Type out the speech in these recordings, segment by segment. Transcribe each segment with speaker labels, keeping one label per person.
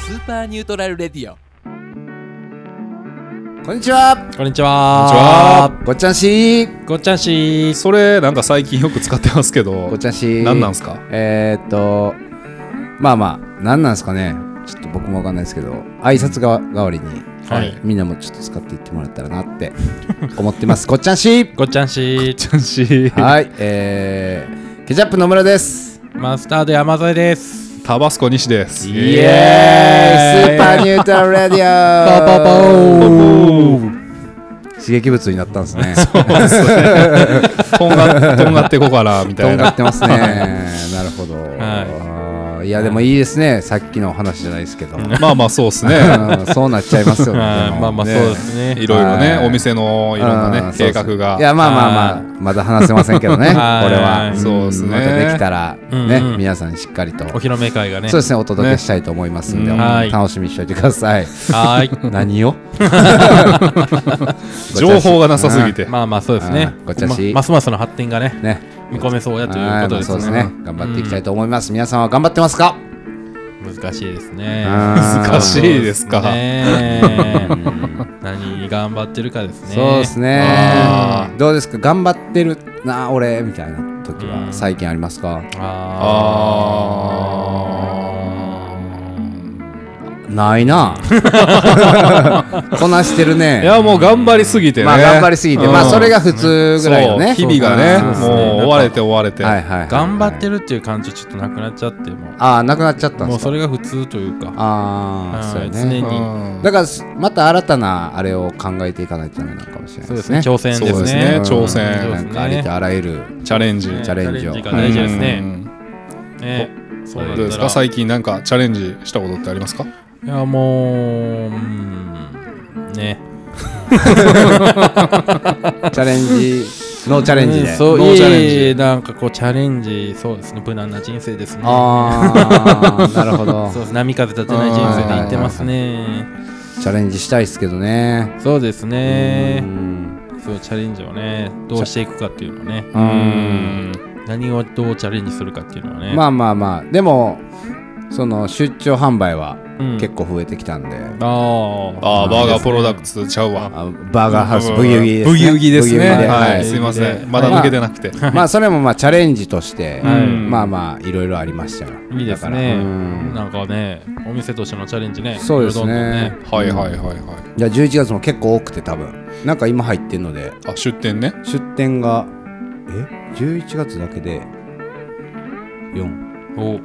Speaker 1: スーパーニュートラルレディオ
Speaker 2: こんにちは。
Speaker 3: こんにちは。
Speaker 2: ごっちゃんしー。
Speaker 3: ごっちゃんしー。
Speaker 4: それなんか最近よく使ってますけど
Speaker 2: ごっちゃんしー。
Speaker 4: 何なんすか
Speaker 2: えー、っと、まあまあ、何なんすかね。ちょっと僕もわかんないですけど、挨拶が代わりに、
Speaker 3: はい
Speaker 2: みんなもちょっと使っていってもらったらなって思ってます。 ごっちゃんしー。
Speaker 3: ごっちゃんしー。
Speaker 4: ちゃんし
Speaker 2: はい、えー、ケチャップ野村です。
Speaker 3: マスタード山添です。
Speaker 4: タバスコ西です
Speaker 2: イエーイスーパーニュートラルラディオ
Speaker 3: パパパオ
Speaker 2: 刺激物になったんです ね。
Speaker 4: とんがとんがってこうかなみ
Speaker 2: と
Speaker 4: た
Speaker 2: ん
Speaker 4: い
Speaker 2: がっ
Speaker 4: な
Speaker 2: てますね。 なるほど。、
Speaker 3: はい
Speaker 2: や、でもいいですね。さっきのお話じゃないですけど。
Speaker 4: まあまあそうっすね
Speaker 2: うんそうなっちゃいますよ ね。
Speaker 3: はい
Speaker 2: でも
Speaker 3: まあまあそうですね。
Speaker 4: いろいろね
Speaker 2: はい
Speaker 4: お店のいろんな
Speaker 2: う
Speaker 4: ね計
Speaker 2: そ
Speaker 4: 画
Speaker 2: うそう
Speaker 4: が
Speaker 2: いや、まあまあまあ、まだ話せませんけどね、これ
Speaker 3: はい
Speaker 2: は。
Speaker 4: そうですね
Speaker 2: んまたできたら、
Speaker 3: うん
Speaker 2: ね
Speaker 3: う、ん
Speaker 2: 皆さんしっかりと。
Speaker 3: お披露目会がね。
Speaker 2: そうですね、お届けしたいと思いますんで、
Speaker 4: ね
Speaker 3: はい
Speaker 2: 楽しみにしておいてください。
Speaker 3: は ー
Speaker 2: 何を
Speaker 4: 情報がなさすぎて
Speaker 3: い。まあまあそうですね
Speaker 2: あ。ーごっちゃんしー
Speaker 3: まますますの発展がね、
Speaker 2: ね。
Speaker 3: 見込めそうやとい
Speaker 2: は
Speaker 3: う
Speaker 2: い
Speaker 3: こと
Speaker 2: ま
Speaker 3: で
Speaker 2: あ
Speaker 3: す
Speaker 2: そうです
Speaker 3: ね
Speaker 2: ね。。頑張っていきたいと思います。皆さんは頑張ってますか
Speaker 3: 難しいですね。
Speaker 2: 難
Speaker 4: しいですか
Speaker 3: ね 何頑張ってるかですね。
Speaker 2: そうです
Speaker 3: あ
Speaker 2: ね。どうですか頑張ってるな、俺、みたいな時
Speaker 3: う
Speaker 2: は
Speaker 3: ん
Speaker 2: 最近ありますかないな。 こなしてるね。
Speaker 4: いやもう頑張りすぎてね
Speaker 2: まあ頑張りすぎて、
Speaker 4: うん
Speaker 2: まあそれが普通ぐらいのね。
Speaker 4: そう日々がね
Speaker 2: そうそう
Speaker 4: もう追われて追われて
Speaker 2: はいはいはい
Speaker 3: 頑張ってるっていう感じちょっとなくなっちゃってもう
Speaker 2: ああ、なくなっちゃったん
Speaker 3: も
Speaker 2: で
Speaker 3: う
Speaker 2: すか
Speaker 3: それが普通というか。
Speaker 2: ああ、そうや
Speaker 3: 常
Speaker 2: ね。
Speaker 3: に
Speaker 4: うん
Speaker 2: だからす、また新たなあれを考えていかないとダメなのかもしれない
Speaker 3: そうで
Speaker 2: で
Speaker 3: すすね。
Speaker 2: ね。
Speaker 3: 挑戦で
Speaker 4: そ
Speaker 3: す
Speaker 4: うです
Speaker 3: ね
Speaker 4: ね。挑
Speaker 2: う
Speaker 4: 戦
Speaker 2: ん
Speaker 3: そうですね
Speaker 2: なんかありとあらゆる。
Speaker 4: チャレンジ
Speaker 3: ね
Speaker 2: チャレンジを
Speaker 3: が大事です
Speaker 4: う
Speaker 3: ね。
Speaker 4: ん
Speaker 3: ね。そうだ
Speaker 4: ど
Speaker 3: ったら
Speaker 4: うですか最近なんかチャレンジしたことってありますか
Speaker 3: いやもううーんね。
Speaker 2: チャレンジ、ノーチャレンジ
Speaker 3: う
Speaker 2: で
Speaker 3: ん。そう
Speaker 4: ノーチャレンジ
Speaker 3: いいなんかこうチャレンジそうですね無難な人生ですね。
Speaker 2: ああ、なるほど
Speaker 3: そう。です波風立てない人生でいってますね。
Speaker 2: チャレンジしたいですけどね。
Speaker 3: そうです
Speaker 2: う
Speaker 3: ね。
Speaker 2: ん
Speaker 3: そうチャレンジをねどうしていくかっていうのはね
Speaker 2: う。
Speaker 4: うん
Speaker 3: 何をどうチャレンジするかっていうのはね。
Speaker 2: まあまあまあ、でも、その出張販売は
Speaker 3: うん
Speaker 2: 結構増えてきたんで。
Speaker 3: ああ。
Speaker 4: ああバーガープロダクツちゃうわ
Speaker 2: あバーガーハウスブギウギですね。
Speaker 4: ブギウギですね。
Speaker 2: ブギウギで
Speaker 4: は、
Speaker 2: はい い
Speaker 4: すいませ
Speaker 3: はい
Speaker 4: ん。まだ抜けてなくて。
Speaker 2: まあそれもまあチャレンジとして、
Speaker 3: はい
Speaker 2: まあまあいろいろありましたよ。
Speaker 3: いいです
Speaker 2: だから
Speaker 3: ね。
Speaker 2: うん
Speaker 3: なんかね、お店としてのチャレンジね。
Speaker 2: そうですね
Speaker 3: いろいろどんどん
Speaker 4: はいはいはいはい。
Speaker 2: じゃあ11月も結構多くて多分。なんか今入ってんので、
Speaker 4: あ、出店ね。
Speaker 2: 出店が、え ?11 月だけで、4、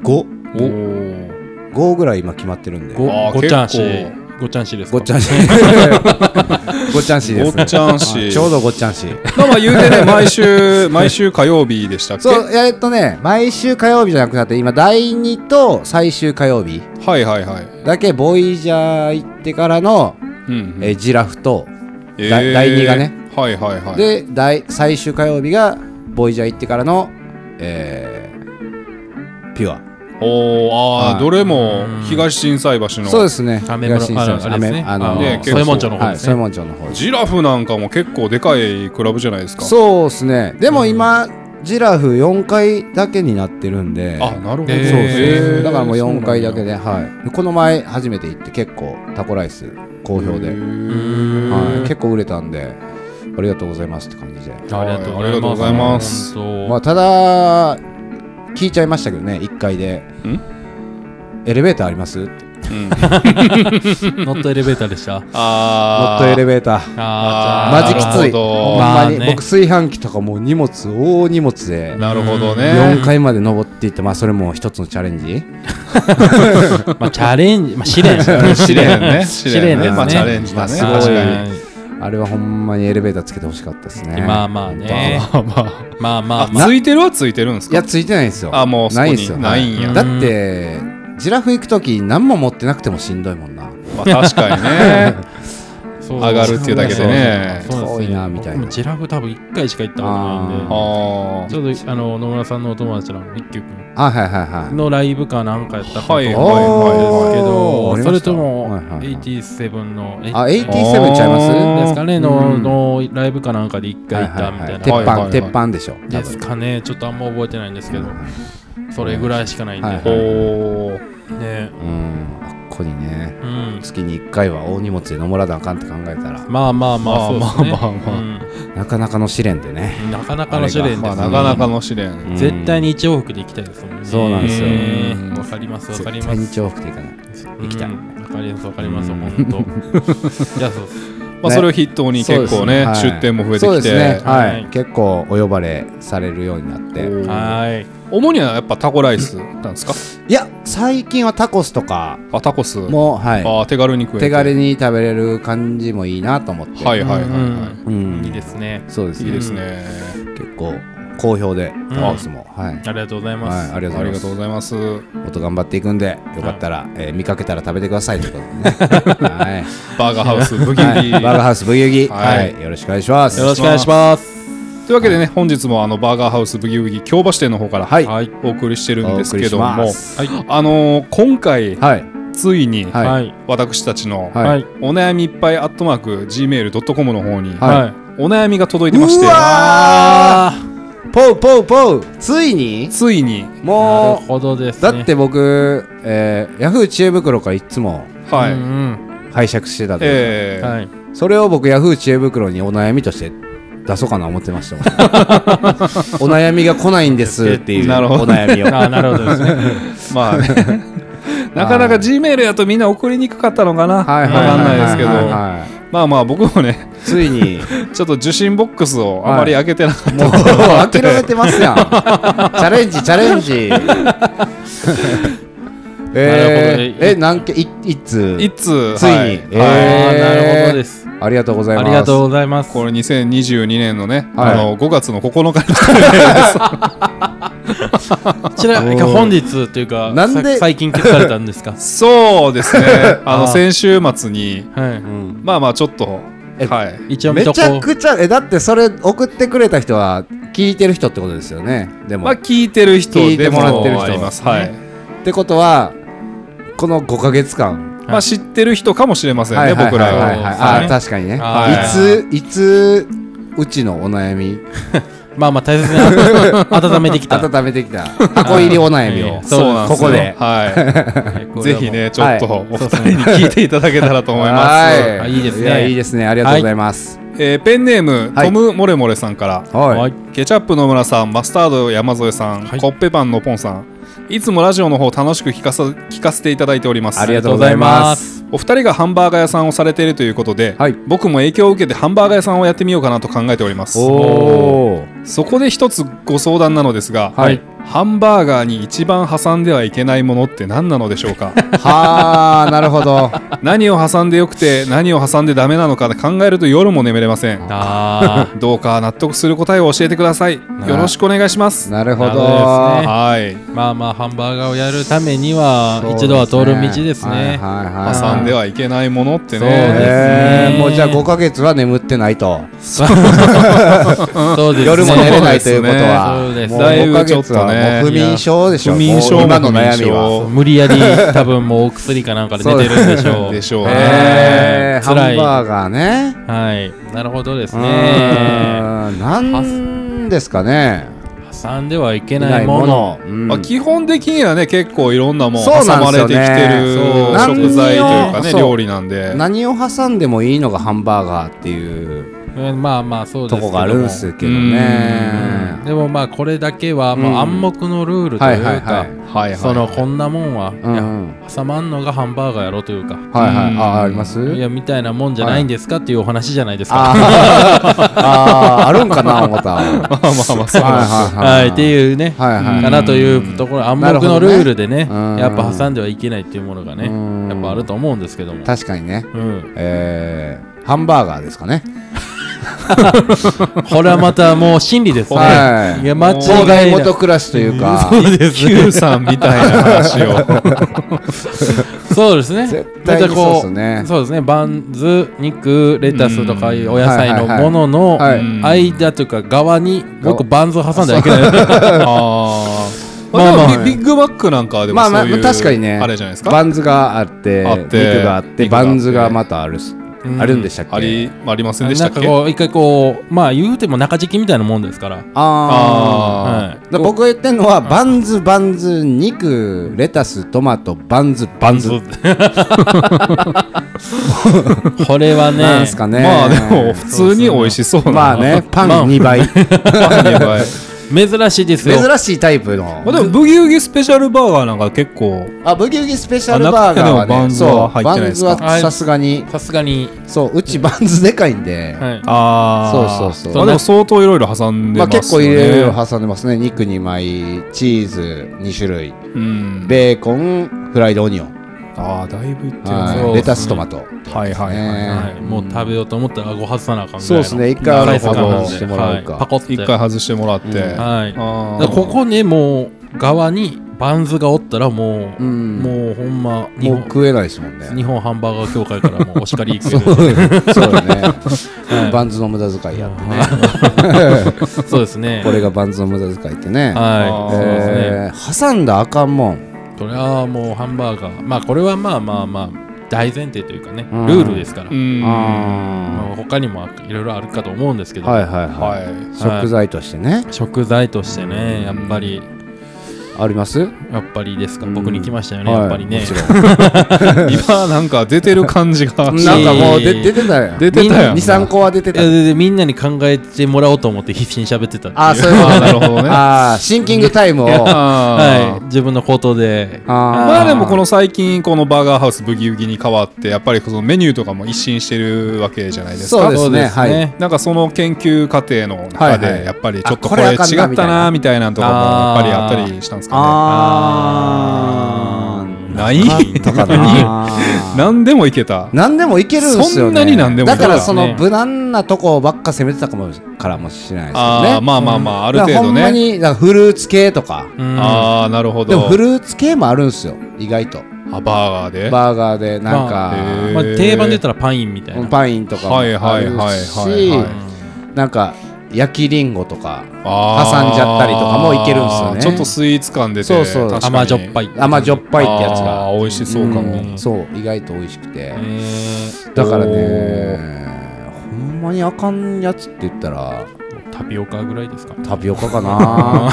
Speaker 2: 5、
Speaker 4: おー
Speaker 2: 5ぐらい今決まってるんで。
Speaker 3: お、
Speaker 4: あ
Speaker 3: ご、ご
Speaker 4: ー
Speaker 3: っちゃんし
Speaker 4: 結、
Speaker 3: ごっちゃんしですか。
Speaker 2: ごっちゃん し。ごっちゃんしです。
Speaker 4: ごっちゃんし
Speaker 2: あちょうどごっちゃんし。
Speaker 4: まあまあ言うてね、毎週、毎週火曜日でしたっけ
Speaker 2: そう、えーっとね、毎週火曜日じゃなくなって、今第2と最終火曜日
Speaker 4: はいはいはい。
Speaker 2: だけ、ボイジャー行ってからの、
Speaker 4: うん
Speaker 2: えージラフと、
Speaker 4: えー
Speaker 2: だ第二がね。
Speaker 4: はいはいはい。
Speaker 2: で第最終火曜日がボイジャー行ってからの、えーピュア
Speaker 4: おー、あ
Speaker 2: はい
Speaker 4: あ、どれも東震災橋の。
Speaker 2: そうですね
Speaker 3: アメ村
Speaker 2: 東新
Speaker 3: ああれですね
Speaker 2: アメあの
Speaker 4: ね
Speaker 3: 添右衛門町の方
Speaker 2: は
Speaker 3: で
Speaker 2: い
Speaker 3: す
Speaker 2: 添
Speaker 3: ね
Speaker 2: 右衛門町の方
Speaker 4: ジラフなんかも結構でかいクラブじゃないですか。
Speaker 2: そうですねでも今、ジラフ4回だけになってるんで
Speaker 4: あ、なるほど。
Speaker 3: え
Speaker 2: そう
Speaker 3: ー
Speaker 2: です
Speaker 4: え
Speaker 2: ね
Speaker 4: ー
Speaker 2: だからもう4回だけ
Speaker 4: へ
Speaker 2: で、はい、でこの前初めて行って結構タコライス好評で、
Speaker 4: ー
Speaker 2: はい、結構売れたんでありがとうございますって感じで、
Speaker 3: ありがとうございます。
Speaker 4: ありがとうございま す
Speaker 3: 本
Speaker 2: ま あ、ただ聞いちゃいましたけどね1階で
Speaker 4: ん
Speaker 2: 「エレベーターあります?」って
Speaker 4: うん
Speaker 3: 当。ノットエレベーターでした。
Speaker 2: も
Speaker 4: あ
Speaker 2: っ
Speaker 4: ー
Speaker 2: とエレベーター
Speaker 3: あ
Speaker 2: マジ
Speaker 4: ー
Speaker 2: き
Speaker 3: ー
Speaker 2: つい
Speaker 4: なるほど
Speaker 2: ほんまに、
Speaker 3: まあね
Speaker 2: 僕炊飯器とかもう荷物大荷物で
Speaker 4: なるほどね。
Speaker 2: 4階まで登っていってまあそれも一つのチャレンジ
Speaker 3: じゃ あまあチャレンジ、まあ試練。
Speaker 4: 試練 ね。
Speaker 3: 試練ですね
Speaker 4: まあチャレンジだね。
Speaker 2: すごい
Speaker 4: 確かに。
Speaker 2: あれはほんまにエレベーターつけてほしかったですね
Speaker 3: まあまあね。
Speaker 4: まあま
Speaker 3: まあ
Speaker 4: あ。
Speaker 3: まあ
Speaker 4: あ、
Speaker 3: まあ。
Speaker 4: ついてるはついてるんです
Speaker 2: いや
Speaker 4: か
Speaker 2: ついてないんですよ
Speaker 4: あもうそこ
Speaker 2: な
Speaker 4: に
Speaker 2: いんですよ
Speaker 4: ないんや
Speaker 2: はだってジラフ行く時何も持ってなくてもしんどいもんな
Speaker 4: まあ確か にね。
Speaker 3: そう
Speaker 4: 上がるっていうだけでね
Speaker 3: そうそうそうです
Speaker 2: 遠いなみたいな
Speaker 3: 僕もジラフ多分1回しか行ったことないん
Speaker 2: あ
Speaker 3: で。
Speaker 4: あ
Speaker 3: ちょうどあの野村さんのお友達の一休君
Speaker 2: あはいはいはい
Speaker 3: のライブかなんかやったかと思うんですけど、
Speaker 4: はい
Speaker 2: おーありました
Speaker 3: それとも
Speaker 2: はいはいはい
Speaker 3: 87の、
Speaker 2: あ
Speaker 3: え
Speaker 2: 87ちゃいます
Speaker 4: あ
Speaker 3: ですかねの,、
Speaker 2: うん
Speaker 3: のライブかなんかで一
Speaker 2: は
Speaker 3: 回行ったみたいな、
Speaker 2: 鉄
Speaker 4: はいはい
Speaker 2: 板
Speaker 4: はい
Speaker 2: 鉄板でしょ多
Speaker 3: です
Speaker 2: 分
Speaker 3: かねちょっとあんま覚えてないんですけど、それぐらいしかないんで、
Speaker 2: はい
Speaker 4: ー。おー。
Speaker 3: ね
Speaker 2: うんあっこにね
Speaker 3: うん
Speaker 2: 月に1回は大荷物で登らなあかんって考えたら
Speaker 3: まあまあまあそう
Speaker 4: ま
Speaker 3: で
Speaker 4: あ
Speaker 3: すね
Speaker 4: まあまあまあ
Speaker 2: なかなかの試練でね
Speaker 3: うんなかなかの試練です
Speaker 4: まあ、
Speaker 2: あれが
Speaker 4: なかなかの試練。
Speaker 3: 絶対
Speaker 2: に
Speaker 3: に1往復で行きたいですもんね
Speaker 2: そうなんですよ
Speaker 3: うんわかりますわ
Speaker 2: 絶
Speaker 3: か
Speaker 2: 対
Speaker 3: り
Speaker 2: に
Speaker 3: ます
Speaker 2: 重複でいかない行きたい
Speaker 3: うんわかりますわかります
Speaker 2: う
Speaker 3: 本
Speaker 2: ん
Speaker 3: 当いやそうっす
Speaker 4: まあ、
Speaker 2: ね
Speaker 4: それを筆頭に結構ね、
Speaker 2: そうです
Speaker 4: 出店も増えて
Speaker 2: そう
Speaker 4: き
Speaker 2: です
Speaker 4: て、
Speaker 2: ねはい、
Speaker 3: はい
Speaker 2: 結構お呼ばれされるようになって
Speaker 3: はい
Speaker 4: 主にはやっぱタコライスなんですか
Speaker 2: いや最近はタコスとか
Speaker 4: あ、タコス。
Speaker 2: も、は
Speaker 4: あ、手軽に食え
Speaker 2: い、
Speaker 4: る。
Speaker 2: 手軽に食べれる感じもいいなと思って
Speaker 4: はいはいはいは
Speaker 2: う
Speaker 3: うん
Speaker 2: ん
Speaker 3: いいですね
Speaker 2: そうです
Speaker 4: い。
Speaker 2: ね
Speaker 4: いいですね。
Speaker 2: 結構好評でタコスも、はい、はい、
Speaker 3: ありがとうございます
Speaker 2: ありがと
Speaker 4: あ
Speaker 2: う
Speaker 4: り
Speaker 2: ご
Speaker 4: が
Speaker 2: ざ
Speaker 4: とう
Speaker 2: い
Speaker 4: ご
Speaker 2: ます
Speaker 4: ざいます。
Speaker 2: もっと頑張っていくんでよかったら、えー見かけたら食べてくださいということでねはい
Speaker 4: バーガーハウス、ブギ
Speaker 2: は
Speaker 4: ウ
Speaker 2: い
Speaker 4: ギ。
Speaker 2: バーガーハウスブギウギ、
Speaker 4: は
Speaker 2: はいい、よろしくお願いします。
Speaker 3: よろしくお願いします
Speaker 4: というわけでね、本日もあのバーガーハウスブギウギ京橋店の方から、
Speaker 2: はい
Speaker 3: はい
Speaker 4: お送りしてるんですけど
Speaker 2: お送
Speaker 4: も
Speaker 2: りしま、す
Speaker 3: は
Speaker 4: あのー今回、
Speaker 2: はい、
Speaker 4: ついに、
Speaker 2: はい
Speaker 3: はい
Speaker 4: 私たちの、
Speaker 2: はい
Speaker 3: はい
Speaker 4: お悩みいっぱいアットマーク gmail.com の方に、
Speaker 2: はい
Speaker 3: はい
Speaker 4: お悩みが届いてまして
Speaker 2: うわポウポウポウ、ついに、
Speaker 4: ついに、
Speaker 3: なる
Speaker 2: も
Speaker 3: ほどです
Speaker 2: う、
Speaker 3: ね
Speaker 2: だって僕、えー、ヤフー知恵袋からいつも
Speaker 4: はい
Speaker 3: うんうん
Speaker 2: 拝借してたで、
Speaker 4: えー
Speaker 3: はい
Speaker 2: それを僕ヤフー知恵袋にお悩みとして出そうかな思ってましたもん。 お悩みが来ないんですっていう
Speaker 4: なるほど
Speaker 2: お悩 みを。
Speaker 3: あーなるほどですね
Speaker 4: ま あねなかなか Gmail やとみんな送りにくかったのか
Speaker 2: は
Speaker 4: な、
Speaker 2: いはい
Speaker 4: わかんないですけど、
Speaker 2: はいはいはい
Speaker 4: まあまあ僕もね
Speaker 2: つい に
Speaker 4: ちょっと受信ボックスをあまり開けてなかった、
Speaker 2: もう諦めてますやんチャレンジチャレンジ えー、え何件いいつ
Speaker 4: いつ
Speaker 2: ついに、
Speaker 4: はい
Speaker 2: えー
Speaker 3: あーなるほどです
Speaker 2: ありがとうござい
Speaker 3: あ
Speaker 2: ます
Speaker 3: りがとうございます
Speaker 4: これ2022年のね、
Speaker 2: はい
Speaker 4: あの5月の9日に
Speaker 3: ちなみに本日というか
Speaker 2: なんで
Speaker 3: さ最近消されたん ですか
Speaker 4: そうですねあの
Speaker 3: あー
Speaker 4: 先週末に
Speaker 3: は
Speaker 2: うん
Speaker 4: まあまあちょっと
Speaker 2: え
Speaker 4: はい
Speaker 3: い一応見
Speaker 2: め
Speaker 3: とこ
Speaker 2: ちゃ
Speaker 3: う
Speaker 2: くちゃえだってそれ送ってくれた人は聞いてる人ってことですよねでも、
Speaker 4: まあ聞いてる
Speaker 2: 聞
Speaker 4: 人
Speaker 2: いて
Speaker 4: でも
Speaker 2: もらってる人
Speaker 4: ありますはい、
Speaker 2: ってことはこの5か月間
Speaker 4: まあ知ってる人かもしれませんね、
Speaker 2: はいはい
Speaker 4: 僕ら
Speaker 2: はい
Speaker 4: が、
Speaker 2: はいはい
Speaker 3: そう
Speaker 2: あ
Speaker 3: ね
Speaker 2: ー確かにね
Speaker 3: はい
Speaker 2: ついつうちのお悩み
Speaker 3: まあまあ大切 な温めてきた
Speaker 2: 温めてきた箱入りお悩み
Speaker 3: そう
Speaker 2: を
Speaker 3: です
Speaker 4: なんすよ
Speaker 2: ここで
Speaker 4: は
Speaker 3: はい
Speaker 4: い、ぜひねちょ
Speaker 2: は
Speaker 4: っ
Speaker 2: い
Speaker 4: とお二人に聞いていただけたらと思います、
Speaker 2: はい
Speaker 3: あいいですね
Speaker 2: やいいですね。ありがとうございます。
Speaker 4: えーペンネーム、
Speaker 2: はい
Speaker 4: トム・モレモレさんから
Speaker 2: はい。
Speaker 3: はい
Speaker 4: ケチャップ野村さんマスタード山添さん、
Speaker 3: はい
Speaker 4: コッペパンのポンさんいつもラジオの方楽しく聞かさ聞かせていただいております
Speaker 2: ありがと
Speaker 3: う
Speaker 2: うご
Speaker 3: ご
Speaker 2: ざ
Speaker 3: ざ
Speaker 2: い
Speaker 3: い
Speaker 2: ま。
Speaker 3: ます
Speaker 4: お二人がハンバーガー屋さんをされているということで、
Speaker 2: はい
Speaker 4: 僕も影響を受けてハンバーガー屋さんをやってみようかなと考えております
Speaker 2: おー
Speaker 4: そこで一つご相談なのですが、
Speaker 2: はい
Speaker 4: ハンバーガーに一番挟んではいけないものって何なのでしょ うか
Speaker 2: はあ、な るほど。
Speaker 4: 何を挟んでよくて何を挟んでダメなのか考えると夜も眠れません
Speaker 3: あ
Speaker 4: どうか納得する答えを教えてくださいよろしくお願いします
Speaker 2: なるほど。
Speaker 3: なるほどですね
Speaker 4: はい
Speaker 3: ーまあまあハンバーガーをやるために
Speaker 2: そう
Speaker 3: は
Speaker 2: ですね
Speaker 3: 一度は通る道ですね
Speaker 2: はいはいはい。
Speaker 4: 挟んではいけないものって
Speaker 3: そうです
Speaker 4: ね
Speaker 2: え
Speaker 3: ね
Speaker 2: ーもうじゃあ5ヶ月は眠ってないと。
Speaker 3: そうですね
Speaker 2: 夜も寝れないということ
Speaker 3: そうで
Speaker 2: は。
Speaker 3: すね
Speaker 2: もう
Speaker 4: だい
Speaker 2: 5
Speaker 4: ぶ
Speaker 2: ヶ月はも
Speaker 4: ちょっとね
Speaker 2: う不眠症でしょ。
Speaker 4: 不眠症
Speaker 2: もう今の悩
Speaker 4: 不
Speaker 2: み
Speaker 4: 眠
Speaker 2: は。
Speaker 4: 症
Speaker 3: 無理やり多分もうお薬かなんかで寝てるんでしょう
Speaker 4: でしょうね
Speaker 2: えーハン
Speaker 3: 辛い
Speaker 2: バーガーね。
Speaker 3: はいなるほどです
Speaker 2: うー
Speaker 3: ね
Speaker 2: んなんですかね。
Speaker 3: 挟んではいけないもの
Speaker 2: いないもの。
Speaker 4: ま
Speaker 2: う
Speaker 4: あ、
Speaker 2: ん
Speaker 4: 基本的にはね結構いろんなもん
Speaker 2: そう
Speaker 4: 挟
Speaker 2: なん
Speaker 4: ま
Speaker 2: です
Speaker 4: れ
Speaker 2: よ
Speaker 4: てきて
Speaker 2: ね
Speaker 4: る
Speaker 2: そう
Speaker 4: 食材というか
Speaker 2: 何
Speaker 4: ね
Speaker 2: をそう
Speaker 4: 料理なんで
Speaker 2: 何を挟んでもいいのがハンバーガーっていう
Speaker 3: うんまあまあそうです
Speaker 2: と
Speaker 3: けど
Speaker 2: こ
Speaker 3: も
Speaker 2: があるんですけど
Speaker 3: う
Speaker 2: ね
Speaker 3: ん。でもまあこれだけはもう暗黙のルールと
Speaker 2: はいいはいうは
Speaker 3: か
Speaker 2: い。
Speaker 4: はいはい
Speaker 3: そのこんなもんは、
Speaker 2: うんうん
Speaker 3: いや挟まんのがハンバーガーやろというか、
Speaker 2: はいはい。
Speaker 4: うん
Speaker 2: あ、あります
Speaker 3: いやみたいなもんじゃないんですかっていうお話じゃないですか。
Speaker 2: あーあー、あるんかな、思った。はい
Speaker 4: まあまあまあそうです
Speaker 2: は
Speaker 3: はい、って
Speaker 2: う。
Speaker 3: いうね、
Speaker 2: はいはい。
Speaker 3: かなというところ暗
Speaker 2: なる
Speaker 3: 黙
Speaker 2: ほ
Speaker 3: の
Speaker 2: ど
Speaker 3: ル
Speaker 2: ね
Speaker 3: ールでね
Speaker 2: うん
Speaker 3: やっぱ挟んではいけないっていうものがね
Speaker 2: うん
Speaker 3: やっぱあると思うんですけども、
Speaker 2: 確かにね。
Speaker 3: うん、
Speaker 2: えーハンバーガーですかね。
Speaker 3: これはまたもう真理ですね。
Speaker 2: はい
Speaker 3: いや間
Speaker 2: 東
Speaker 3: 違
Speaker 2: 大
Speaker 3: いない
Speaker 2: 元暮らしというか、
Speaker 4: Q さんみたいな話 を
Speaker 3: そうですね
Speaker 2: 絶対にそうっすね
Speaker 3: またこうそうですねバンズ肉レタスとかいうお野菜のものの
Speaker 2: はいはい
Speaker 4: はいはい
Speaker 3: 間というか側に僕バンズを挟んではい けない
Speaker 4: あーまあ
Speaker 2: まあ
Speaker 4: ま
Speaker 2: ま
Speaker 4: あ
Speaker 2: あ
Speaker 4: ビビッグマックなんかはでも
Speaker 2: まあ
Speaker 4: そう
Speaker 2: まあ
Speaker 4: いう
Speaker 2: 確かにね
Speaker 4: あれじゃないですか
Speaker 2: バンズがあって、
Speaker 4: あって
Speaker 2: 肉があって、
Speaker 4: 肉があって
Speaker 2: バンズがまたあるし
Speaker 3: うん
Speaker 2: あるんでしたっけ、
Speaker 4: ありありませんでし
Speaker 3: な
Speaker 4: た
Speaker 3: ん
Speaker 4: っ
Speaker 3: か
Speaker 4: け
Speaker 3: こう一回こうまあ言うても中敷きみたいなもんです から
Speaker 2: ああ
Speaker 4: あ
Speaker 2: だから僕が言ってるのはバンズバンズ肉レタストマトバンズバンズ
Speaker 3: これは
Speaker 2: なん
Speaker 3: ね
Speaker 2: すか
Speaker 4: ー
Speaker 2: ね
Speaker 4: まあでも普通に美味しそうな
Speaker 2: まあねパン2倍
Speaker 4: パンに倍
Speaker 3: 珍しいですよ
Speaker 2: 珍しいタイプの
Speaker 4: まあでもブギウギスペシャルバーガーなんか結構
Speaker 2: あブギウギスペシャルバーガーは
Speaker 4: あ中でもバ
Speaker 2: ね
Speaker 4: ンズは
Speaker 2: そう
Speaker 4: 入って
Speaker 2: バ
Speaker 4: ない
Speaker 2: ン
Speaker 4: で
Speaker 2: ズ
Speaker 4: すか
Speaker 2: はさすがに
Speaker 3: さすがに、
Speaker 2: そううちバンズでかいんで、
Speaker 3: はい、
Speaker 4: あ
Speaker 2: そうそうそう
Speaker 4: まあでも相当いろいろ挟んで
Speaker 2: まあ、
Speaker 4: ますよね
Speaker 2: 結構いろいろ挟んでますね肉2枚チーズ2種類
Speaker 4: うん
Speaker 2: ベーコンフライドオニオン、
Speaker 4: ああだいぶいって
Speaker 2: はい
Speaker 4: ます
Speaker 3: そう
Speaker 2: レタストマト
Speaker 4: はいはいはい
Speaker 3: はい
Speaker 2: ね
Speaker 3: もう食べようと思ったら顎外さなあかんぐらいの
Speaker 2: そうですね一回
Speaker 4: な
Speaker 2: あ
Speaker 4: る
Speaker 2: の
Speaker 4: ほ
Speaker 2: フ
Speaker 4: ど
Speaker 2: ォローしてもらうか、
Speaker 3: はい、パコって
Speaker 4: 一回外してもらって、
Speaker 2: う
Speaker 3: は
Speaker 2: ん
Speaker 3: い
Speaker 4: あ
Speaker 3: だからここねもう側にバンズがおったらもう、
Speaker 2: うんも
Speaker 3: もうほんま
Speaker 2: う
Speaker 3: 日本
Speaker 2: 食えないですもんね
Speaker 3: 日本ハンバーガー協会からもうお叱りいく
Speaker 2: そうそうよね、バンズの無駄遣いやってね
Speaker 3: そうですね
Speaker 2: これがバンズの無駄遣いってね、
Speaker 3: はいそうですね
Speaker 2: えー挟んだらあかんもん
Speaker 3: これはもうハンバーガーまあこれはまあまあまあ大前提というかね
Speaker 2: うん
Speaker 3: ルールですから、
Speaker 4: うん
Speaker 3: ま
Speaker 2: あ
Speaker 3: あ、他にもいろいろあるかと思うんですけ
Speaker 2: ー
Speaker 3: ど、
Speaker 2: はいはいはい、
Speaker 4: は
Speaker 2: 食材としてね
Speaker 3: 食材としてねやっぱり
Speaker 2: あります
Speaker 3: やっぱりですか
Speaker 2: うん
Speaker 3: 僕に来ましたよね、
Speaker 2: はい
Speaker 3: やっぱりね
Speaker 2: もちろ
Speaker 4: い、今なんか出てる感じが
Speaker 3: ん
Speaker 2: なんかもう出出てたやん
Speaker 4: 出てたやん
Speaker 2: 23個は出て
Speaker 3: い
Speaker 2: た
Speaker 3: やででみんなに考えてもらおうと思って必死に喋ってたっていう
Speaker 2: あーそういうこと
Speaker 4: あー
Speaker 2: ね
Speaker 4: なるほどね
Speaker 2: ああシンキングタイムをあ
Speaker 4: あー
Speaker 3: はい、自分の口頭で
Speaker 4: まあでもこの最近このバーガーハウスブギウギに変わってやっぱりそのメニューとかも一新してるわけじゃないですか
Speaker 2: そうですね
Speaker 3: そう
Speaker 2: はい
Speaker 4: なんかその研究過程の中
Speaker 2: はいは
Speaker 4: で
Speaker 2: い
Speaker 4: やっぱりちょっと
Speaker 2: あ
Speaker 4: こ
Speaker 2: こ
Speaker 4: れ
Speaker 2: れあ
Speaker 4: 違っ
Speaker 2: かんな
Speaker 4: たなみたいなとかもやっぱりあったりしたんですか
Speaker 2: あ
Speaker 4: ねない
Speaker 2: ーとか な
Speaker 4: 何でもいけた
Speaker 2: 何でもいけるんですよね
Speaker 4: そんなに何でもいけ
Speaker 2: だ
Speaker 4: る
Speaker 2: からそ
Speaker 3: ね
Speaker 2: の無難なとこばっか攻めてたかもからもしれないですよね
Speaker 4: あーまあまあまあある程度
Speaker 2: だからほんま
Speaker 4: ね
Speaker 2: にだからフルーツ系とか
Speaker 3: うん
Speaker 4: ああなるほ
Speaker 2: でも
Speaker 4: ど
Speaker 2: フルーツ系もあるんですよ意外と
Speaker 4: あバーガーで
Speaker 2: バーガーでなん
Speaker 3: ま
Speaker 2: か
Speaker 4: へ
Speaker 3: まあ、定番で言ったらパインみたいな、
Speaker 2: パインとかもあるし、
Speaker 4: はいはいはいはいは
Speaker 2: なんか焼きりんごとか
Speaker 4: あ
Speaker 2: 挟
Speaker 4: ー
Speaker 2: んじゃったりとかもいけるんですよね
Speaker 4: ちょっとスイーツ感出て
Speaker 2: そうそう
Speaker 4: 確かに
Speaker 3: 甘じょっぱい
Speaker 2: 甘じょっぱいってやつ
Speaker 4: あ
Speaker 2: が
Speaker 4: ー美味しそうかも、
Speaker 2: んそう意外と美味しくて、
Speaker 3: えー
Speaker 2: だからねほんまにあかんやつって言ったら
Speaker 3: タピオカぐらいですか
Speaker 2: タピオカかな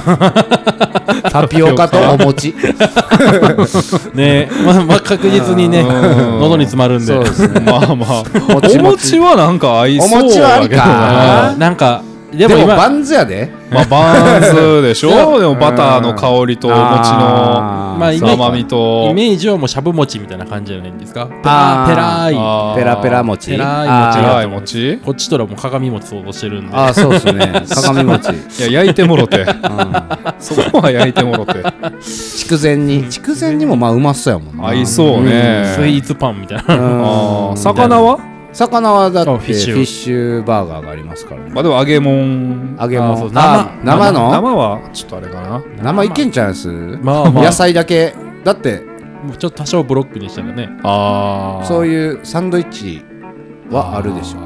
Speaker 2: タピオカとお餅
Speaker 3: ねまあ、まあ確実にね
Speaker 4: うん
Speaker 3: 喉に詰まるんで
Speaker 2: そうですね
Speaker 4: まあまあ
Speaker 2: もち
Speaker 4: お
Speaker 2: もち
Speaker 4: 餅はなんか合いそう
Speaker 2: お餅はあり
Speaker 4: だけど
Speaker 2: か
Speaker 3: あーなんかで
Speaker 2: で
Speaker 3: も
Speaker 2: も
Speaker 3: 今
Speaker 2: バンズやで
Speaker 4: まあバンズ でしょでもバターの香りとお餅の
Speaker 2: あー
Speaker 3: まあ今
Speaker 4: 甘みと
Speaker 3: イメージはもうしゃぶ餅みたいな感じじゃないんですかペラ
Speaker 2: あー
Speaker 3: ペラーい
Speaker 4: あー
Speaker 2: ペラペラ餅
Speaker 3: ペラーい
Speaker 4: ペ
Speaker 2: あ
Speaker 4: ラい餅
Speaker 3: こっちとらもう鏡餅想像してるんで
Speaker 2: ーあーそうですね 鏡餅、うん
Speaker 4: いや焼いても ろて そこは焼いてもろて
Speaker 2: 筑前煮筑前煮もまあうまそうやもんな
Speaker 4: 合いそうね
Speaker 3: スイーツパンみたいな
Speaker 2: うん
Speaker 4: あー魚は
Speaker 2: 魚はだって
Speaker 3: あ
Speaker 2: フ
Speaker 3: フ
Speaker 2: ィ
Speaker 3: ィ
Speaker 2: ッ
Speaker 3: ッ
Speaker 2: シ
Speaker 3: シ
Speaker 2: ュ
Speaker 3: ュ
Speaker 2: バーガーがありますからね
Speaker 4: まあでも揚げもん
Speaker 2: 揚げも
Speaker 3: あそ
Speaker 2: ん
Speaker 3: う
Speaker 2: あ生の生
Speaker 4: 生はちょっとあれかな
Speaker 2: 生いけんちゃいます
Speaker 3: まあまあ
Speaker 2: 野菜だけだって
Speaker 3: もうちょっと多少ブロックにしたらね
Speaker 4: ああ
Speaker 2: そう
Speaker 4: う
Speaker 2: いうサンドイッチはあるでしょ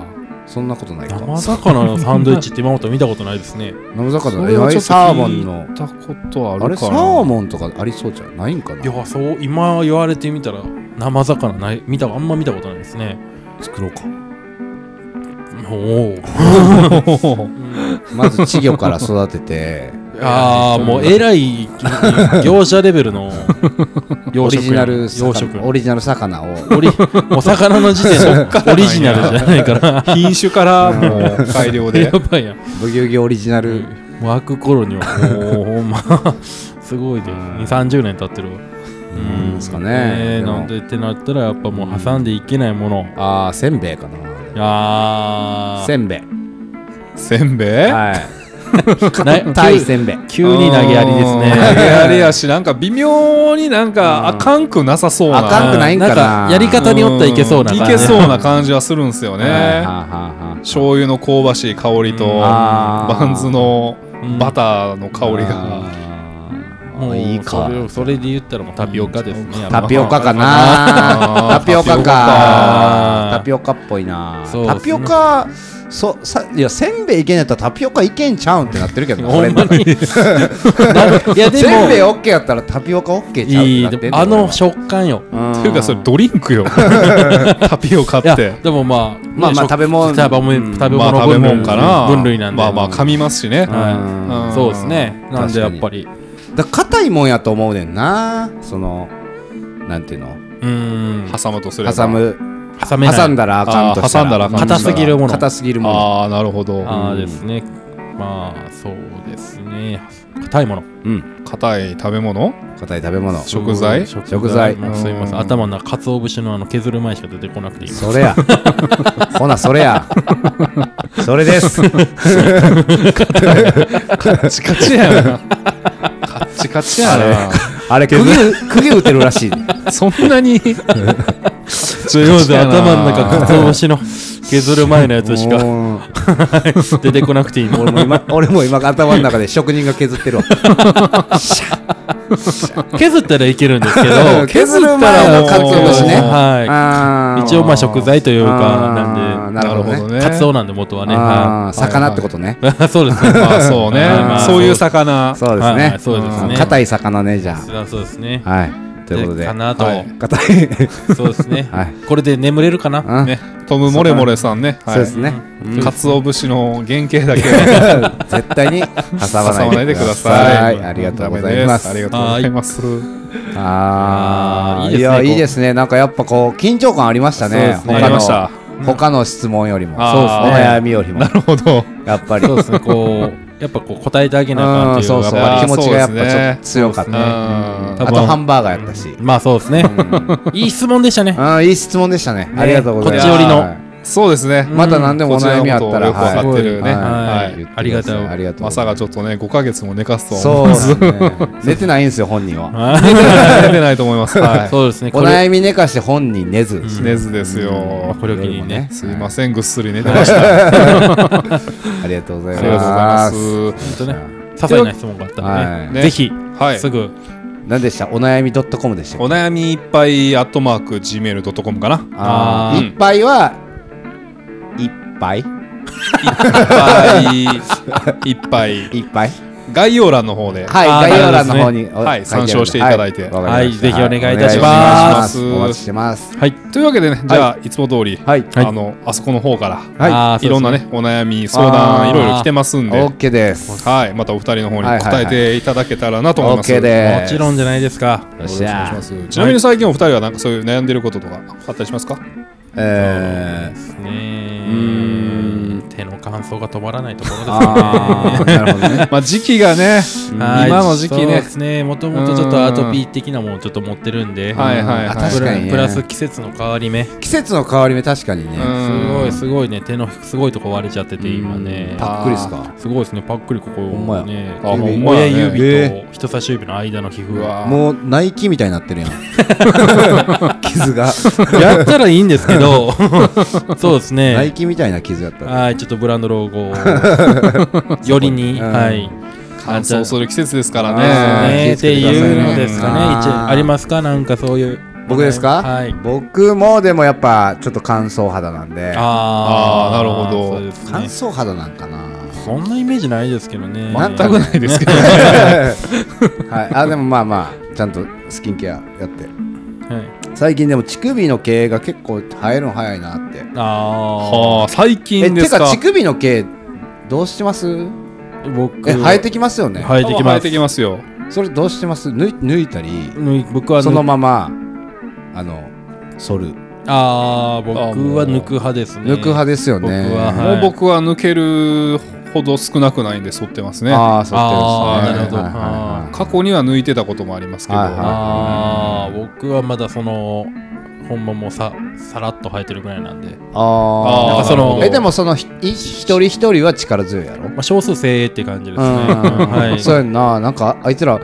Speaker 2: そんなことないか
Speaker 3: 生魚のサンドイッチって今まで見たことないですね
Speaker 2: 生魚
Speaker 4: そ
Speaker 2: の
Speaker 4: れはちょっと
Speaker 2: サーモンの
Speaker 4: 聞いたことあるかな
Speaker 2: あれサーモンとかありそうじゃないんかない
Speaker 3: やそう今言われてみたら生魚ない見たあんま見たことないですね
Speaker 2: 作ろうか
Speaker 3: おお
Speaker 2: まず稚魚から育てて
Speaker 3: ああもうえらい業者レベルの
Speaker 2: オ
Speaker 3: 養殖や
Speaker 2: リジナル
Speaker 3: 養殖
Speaker 2: 魚オリジナル魚を
Speaker 3: オリもう魚の時点でオリジナルじゃない から
Speaker 4: 品種からもう改良で
Speaker 3: やばいやん
Speaker 2: ブギウギオリジナル
Speaker 3: もう開く頃にはもうほんますごいで
Speaker 2: うん
Speaker 3: 2 3 0年経ってるわ
Speaker 2: うんですかね
Speaker 3: え
Speaker 2: でも
Speaker 3: なんでってなったらやっぱもう挟んでいけないもの
Speaker 2: ああせんべいかな
Speaker 3: あー
Speaker 2: せんべい
Speaker 4: せんべい
Speaker 2: はいタイせんべい
Speaker 3: 急に投げやりです
Speaker 4: うん投げ
Speaker 3: ね
Speaker 4: やりやし、なんか微妙になんかあかんくなさそうな。
Speaker 2: あかんくないんかな
Speaker 3: やり方によってはいけそうな感じ
Speaker 4: いけそうな感じはするんですよ
Speaker 2: はいはいは
Speaker 4: ね。
Speaker 2: いはい
Speaker 4: 醤油の香ばしい香りと、
Speaker 3: うん
Speaker 2: あー
Speaker 4: バンズの
Speaker 3: うん
Speaker 4: バターの香りが。
Speaker 2: あ
Speaker 3: もう
Speaker 2: いいか
Speaker 3: それをそれで言ったらもうタピオカですね。
Speaker 2: タピオカか
Speaker 4: あ
Speaker 2: な
Speaker 4: ー
Speaker 2: タピオカかタ
Speaker 3: タ
Speaker 2: ピオカっぽいな
Speaker 3: そうですね
Speaker 2: タピオカそさいやせんべいいけんやったらタピオカいけんちゃうんってなってるけどな
Speaker 3: ほんま に。いや
Speaker 2: 俺の中でせんべい
Speaker 3: でも
Speaker 2: オッケーやったらタピオカオッケーちゃうって
Speaker 3: い
Speaker 2: ないって
Speaker 3: で
Speaker 2: ん
Speaker 3: もあの食感よ。
Speaker 2: っ
Speaker 4: っていうかそれドリン クよタピオカっ
Speaker 3: いや
Speaker 4: て
Speaker 3: でもまあ
Speaker 2: まあまあ
Speaker 3: ね
Speaker 2: 食べ物
Speaker 3: 食べ
Speaker 2: うん
Speaker 3: 物食べ
Speaker 4: まあ
Speaker 3: 物
Speaker 4: 食
Speaker 3: 分
Speaker 4: べ物
Speaker 3: 類
Speaker 4: かな
Speaker 3: 分類なんで。
Speaker 4: まあまあ噛みますしね
Speaker 2: はい
Speaker 4: うん
Speaker 3: そうですね。なんでやっぱり。
Speaker 2: だから硬いもんやと思うねんなそのなんていうの
Speaker 3: うん。
Speaker 4: 挟むとすれば
Speaker 2: 挟む
Speaker 3: 挟めない。
Speaker 2: 挟んだらあかんとした
Speaker 4: あー挟んだらあかん
Speaker 3: 硬すぎるもの
Speaker 2: 硬すぎるもの
Speaker 4: ああなるほど
Speaker 3: ああ
Speaker 2: うん
Speaker 3: ですね。まあそうですね。硬いもの。
Speaker 2: うん
Speaker 4: 硬い食べ物
Speaker 2: 硬い食べ物
Speaker 4: 食材
Speaker 2: 食材
Speaker 3: もうすいません。頭の中鰹節のあの削る前しか出てこなくていい。
Speaker 2: それやほなそれやそれです
Speaker 4: カチカチや なカチカチやな
Speaker 2: あれ釘釘打てるらしい
Speaker 4: そんなに
Speaker 3: そういうことで頭の中鰹節の削る前のやつしか
Speaker 2: もう
Speaker 3: 出てこなくていい。
Speaker 2: 俺も今俺も今頭の中で職人が削ってるわ、
Speaker 3: 削ったらいけるんですけど
Speaker 2: 削る前のかつお節ね
Speaker 3: は
Speaker 2: あ
Speaker 3: い。
Speaker 2: ー
Speaker 3: 一応まあ食材というか、な
Speaker 2: あー
Speaker 3: ん
Speaker 2: なるほどね
Speaker 4: なるほど
Speaker 3: で、
Speaker 4: ね
Speaker 3: カツオなんで元はね。は
Speaker 2: あー魚ってことね
Speaker 3: い そうですね。
Speaker 4: ああそうね
Speaker 2: あー
Speaker 4: そういう魚
Speaker 2: そうです
Speaker 3: は
Speaker 2: ね
Speaker 3: いそうですね。
Speaker 2: 硬い魚ねじゃ
Speaker 3: あそうですね。
Speaker 2: あはいということで
Speaker 3: かなと。
Speaker 4: はい
Speaker 2: 硬い
Speaker 3: そうです ね
Speaker 2: はい。
Speaker 3: これで眠れるかな
Speaker 2: うん
Speaker 4: ねトム・モレモレさんね
Speaker 2: そうですね
Speaker 4: はいかつお節の原型だけ
Speaker 2: 絶対 に挟ま
Speaker 4: 挟まな
Speaker 2: ないい
Speaker 4: で
Speaker 2: で
Speaker 4: く
Speaker 2: く
Speaker 4: だ
Speaker 2: だ
Speaker 4: さ
Speaker 2: さ
Speaker 4: い
Speaker 2: いありがとうございます
Speaker 4: ダメですありがとうございます
Speaker 2: あ
Speaker 3: あ
Speaker 2: あ
Speaker 3: ーいいですね
Speaker 2: いや
Speaker 3: こう
Speaker 2: いいですねなんかやっぱこう緊張感ありましたね
Speaker 3: そうですね
Speaker 2: 他
Speaker 4: ありま
Speaker 2: の
Speaker 4: した
Speaker 2: 他の質問よりも
Speaker 4: あー
Speaker 2: お悩みよりも
Speaker 4: なるほど
Speaker 2: やっぱり
Speaker 3: そうですね。こう、やっぱこう答えてあげなあかんっ
Speaker 2: うん
Speaker 3: ていう
Speaker 2: そ
Speaker 3: の
Speaker 2: う
Speaker 3: が
Speaker 2: そう
Speaker 3: やっぱ
Speaker 2: 気
Speaker 3: り
Speaker 2: 持ちがやっぱちょっ
Speaker 4: そうですね
Speaker 2: と強かった
Speaker 4: う
Speaker 2: ね
Speaker 4: ん
Speaker 3: 多
Speaker 2: あ
Speaker 3: 分
Speaker 2: とハンバーガーやったし
Speaker 3: まあそうですね。いい質問でしたね。
Speaker 2: うんいい質問でしたねありがとうございます
Speaker 3: こっち寄りの
Speaker 2: はい
Speaker 4: そうですね
Speaker 2: また何でもお悩みあったら
Speaker 4: こちらのことをよくわかってるね
Speaker 3: はい
Speaker 4: はい
Speaker 2: 言ってください
Speaker 3: ありがとう
Speaker 2: ありがとう
Speaker 4: まさかちょっとね、5ヶ月も寝かすとは
Speaker 2: そう
Speaker 4: 思
Speaker 2: で
Speaker 4: わず
Speaker 2: すね寝てないんですよ本人は
Speaker 3: はい
Speaker 4: 寝てない寝てないと思 います。はい。
Speaker 3: そうですね。
Speaker 2: お
Speaker 3: これ、
Speaker 2: 悩み寝かして本人寝ず
Speaker 4: 寝ずです
Speaker 3: まあ
Speaker 4: よ。
Speaker 3: これを機にね。
Speaker 4: すいません、ぐっすり寝てました。あ
Speaker 2: ありがとうござい
Speaker 4: り
Speaker 2: ま
Speaker 4: が
Speaker 2: す
Speaker 4: とう
Speaker 3: 本当
Speaker 4: ございます。
Speaker 3: ね、些細な質問があったら
Speaker 2: はい
Speaker 3: ね。
Speaker 4: ね
Speaker 3: ぜひ、
Speaker 4: はい
Speaker 3: す。ぐ
Speaker 2: 何でしたお悩み .com でしたっ
Speaker 4: お悩みいっぱい、アットマーク、gmail.com かな。
Speaker 2: けあ
Speaker 3: あ
Speaker 2: ー
Speaker 3: ー
Speaker 2: いっぱいは、いっぱい
Speaker 4: いっぱい、いっぱい。
Speaker 2: いっぱい
Speaker 4: 概要欄の方で。
Speaker 2: はい、
Speaker 3: あー
Speaker 2: 概要欄の方に、
Speaker 4: は
Speaker 2: はい
Speaker 4: 参照していただいて
Speaker 2: わかりました
Speaker 3: はいぜひお願いいたし
Speaker 4: ます
Speaker 2: お願いしお待ちしてます。
Speaker 3: はい。
Speaker 4: というわけでね、じゃあ、いつも通り、
Speaker 2: はい。
Speaker 3: はい
Speaker 4: あの、あそこの方から、
Speaker 2: はい
Speaker 3: あー
Speaker 4: いろんな。ね、お悩み、相談、
Speaker 2: あー
Speaker 4: いろいろ来てますんで、
Speaker 2: OK です。
Speaker 4: はい。またお二人の方に
Speaker 2: はいはいは
Speaker 4: 答
Speaker 2: い
Speaker 4: えていただけたらなと思います。
Speaker 2: OK
Speaker 3: そうです
Speaker 2: で
Speaker 3: ねも
Speaker 2: す。
Speaker 3: ちろんじゃないですか。
Speaker 2: よっしゃ
Speaker 4: お願いしますちなみに最近お二人はなんかそういう悩んでることとかあったりしますか
Speaker 2: えー
Speaker 3: ねえ
Speaker 2: ー
Speaker 3: 手の乾燥が止まらないところですね。
Speaker 2: あー、なるほどね。
Speaker 4: まあ時期がね、
Speaker 3: はい
Speaker 4: 今の時期ね
Speaker 3: そうですね。もともとちょっとアトピー的なものをちょっと持ってるんで。
Speaker 4: はいはいはい
Speaker 2: あ確かにね。
Speaker 3: プラス季節の変わり目。す
Speaker 2: 季節の変わり目、確かにね。
Speaker 4: うん
Speaker 3: ごいすごいね。手のすごいとこ割れちゃってて今ね。
Speaker 2: パックリっすか。
Speaker 3: すごいですね。パックリここ
Speaker 2: んまや
Speaker 3: ね。
Speaker 4: あほんまやね
Speaker 3: 親指
Speaker 2: え
Speaker 3: と人差し指の間の皮膚
Speaker 4: う
Speaker 3: が。
Speaker 4: わも
Speaker 2: もう、ナイキみたいになってるやん。傷が、
Speaker 3: やったらいいんですけど。そうです
Speaker 2: ナイ
Speaker 3: ね。
Speaker 2: キみたいな傷やった。
Speaker 3: はい、ちょっとブランドロゴをよりに、
Speaker 2: うん
Speaker 3: はい。
Speaker 4: 乾燥する季節ですから
Speaker 2: あー
Speaker 3: ね
Speaker 4: ね。
Speaker 2: 気
Speaker 3: っ
Speaker 2: をつ
Speaker 3: て
Speaker 2: けてくださいね
Speaker 3: いうのですか
Speaker 2: うん
Speaker 3: ね。一応ありますかなんかそういう。
Speaker 2: 僕ですか
Speaker 3: はい。
Speaker 2: 僕も、でもやっぱ、ちょっと乾燥肌なんで。
Speaker 3: あ
Speaker 4: あーなるほど
Speaker 3: そうです
Speaker 2: 乾
Speaker 3: ね。
Speaker 2: 燥肌なんかな。
Speaker 3: そんなイメージないですけどね。
Speaker 2: 全
Speaker 4: 全くないですけど、ね、
Speaker 2: はい、あでもまあまあちゃんとスキンケアやって
Speaker 3: はい
Speaker 2: 最近でも乳首の毛が結構生えるの早いなって
Speaker 3: あ
Speaker 4: はあ、最近で
Speaker 2: て
Speaker 4: すか
Speaker 2: か乳首の毛どうしてます
Speaker 3: あ。僕
Speaker 2: え生えてきますよね、
Speaker 3: 生えてき
Speaker 4: 生
Speaker 3: ま
Speaker 4: え
Speaker 3: す
Speaker 4: て。きますよ。
Speaker 2: それどうしてます抜い抜いたり
Speaker 3: ぬ僕は
Speaker 2: その
Speaker 3: 抜く
Speaker 2: ままあの剃る
Speaker 3: ああ僕
Speaker 4: あーもう
Speaker 3: は抜く派ですね。
Speaker 2: 抜く派ですよね
Speaker 3: 僕ははい
Speaker 4: もう僕は抜けるほど少なくないんで剃ってますね。
Speaker 2: ああ剃
Speaker 3: あ
Speaker 4: ー
Speaker 2: ってる
Speaker 4: なるほど
Speaker 2: はいはいはいはい
Speaker 4: 過去には抜いてたこともありますけど、
Speaker 2: はいは
Speaker 3: ああ僕はまだそのほんまもうささらっと生えてるぐらいなんで、な
Speaker 2: あ
Speaker 3: ん
Speaker 2: あ
Speaker 3: かその
Speaker 2: えでもそのひい一人一人は力強いやろ
Speaker 3: まあ少数精鋭って感じですね。
Speaker 2: うん
Speaker 3: はい。
Speaker 2: そうやんななんかあいつら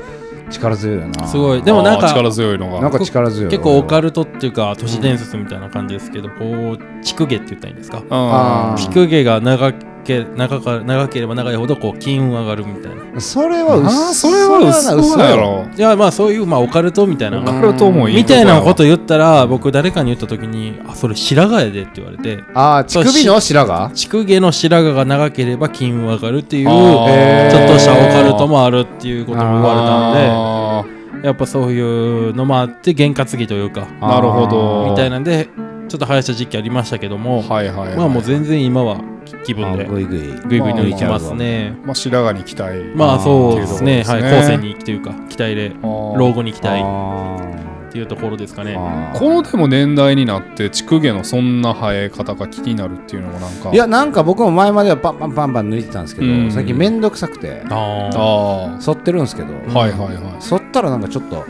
Speaker 2: 力強いよな
Speaker 3: すごいでもなん
Speaker 4: あー
Speaker 3: か
Speaker 4: 力強いの
Speaker 2: な
Speaker 4: が
Speaker 2: ん。か力強い
Speaker 3: 結構オカ
Speaker 2: る
Speaker 3: ルトっていうか都市伝説みたいな感じですけど、こう乳毛って言ったらいいんですか
Speaker 4: あ
Speaker 2: あー
Speaker 3: 乳毛が長け長か長ければ長いほどこう金運上がるみたいな
Speaker 2: それは
Speaker 4: あ
Speaker 2: 嘘
Speaker 4: ーそれは嘘だろ
Speaker 3: いやまあそういうまあオカルトみたいな
Speaker 4: オカルトもいい
Speaker 3: みたいなこと言ったら僕誰かに言った時に「あそれ白髪やで」って言われて
Speaker 2: ああ乳首の白髪
Speaker 3: 畜毛の白髪が長ければ金運上がるっていうち
Speaker 4: あ
Speaker 3: ょ
Speaker 2: ー
Speaker 3: っとしたオカルトもあるっていうことも言われたん
Speaker 4: あ
Speaker 3: でやっぱそういうのもあって験担ぎというか
Speaker 4: ーなるほど
Speaker 3: みたいなんでちょっと生やした時期ありましたけども
Speaker 4: はいはい、はい、
Speaker 3: まあもう全然今は気
Speaker 2: あ
Speaker 3: 分で
Speaker 2: ー
Speaker 3: グ
Speaker 2: ぐいぐい
Speaker 3: イグイ抜いてますね
Speaker 4: まあ白髪に期待
Speaker 3: まあそうですね
Speaker 4: って
Speaker 3: はいいう
Speaker 4: とこ
Speaker 3: 後
Speaker 4: ろです
Speaker 3: 世
Speaker 4: ね
Speaker 3: に行きというか期待で老
Speaker 4: 老
Speaker 3: 後に行き
Speaker 2: あ
Speaker 3: たいっ
Speaker 2: ー
Speaker 3: ていうところですかね
Speaker 2: あー
Speaker 4: このでも年代になって畜毛のそんな生え方が気になるっていうのもなんか
Speaker 2: いやなんか僕も前まではパンパンパンパン抜いてたんですけど、
Speaker 4: うん
Speaker 2: 最近めんどくさくて
Speaker 3: あ
Speaker 4: あ
Speaker 3: あ
Speaker 4: あは
Speaker 2: 剃ってるんですけど、
Speaker 4: いはいは
Speaker 2: 剃ったらなんかちょっと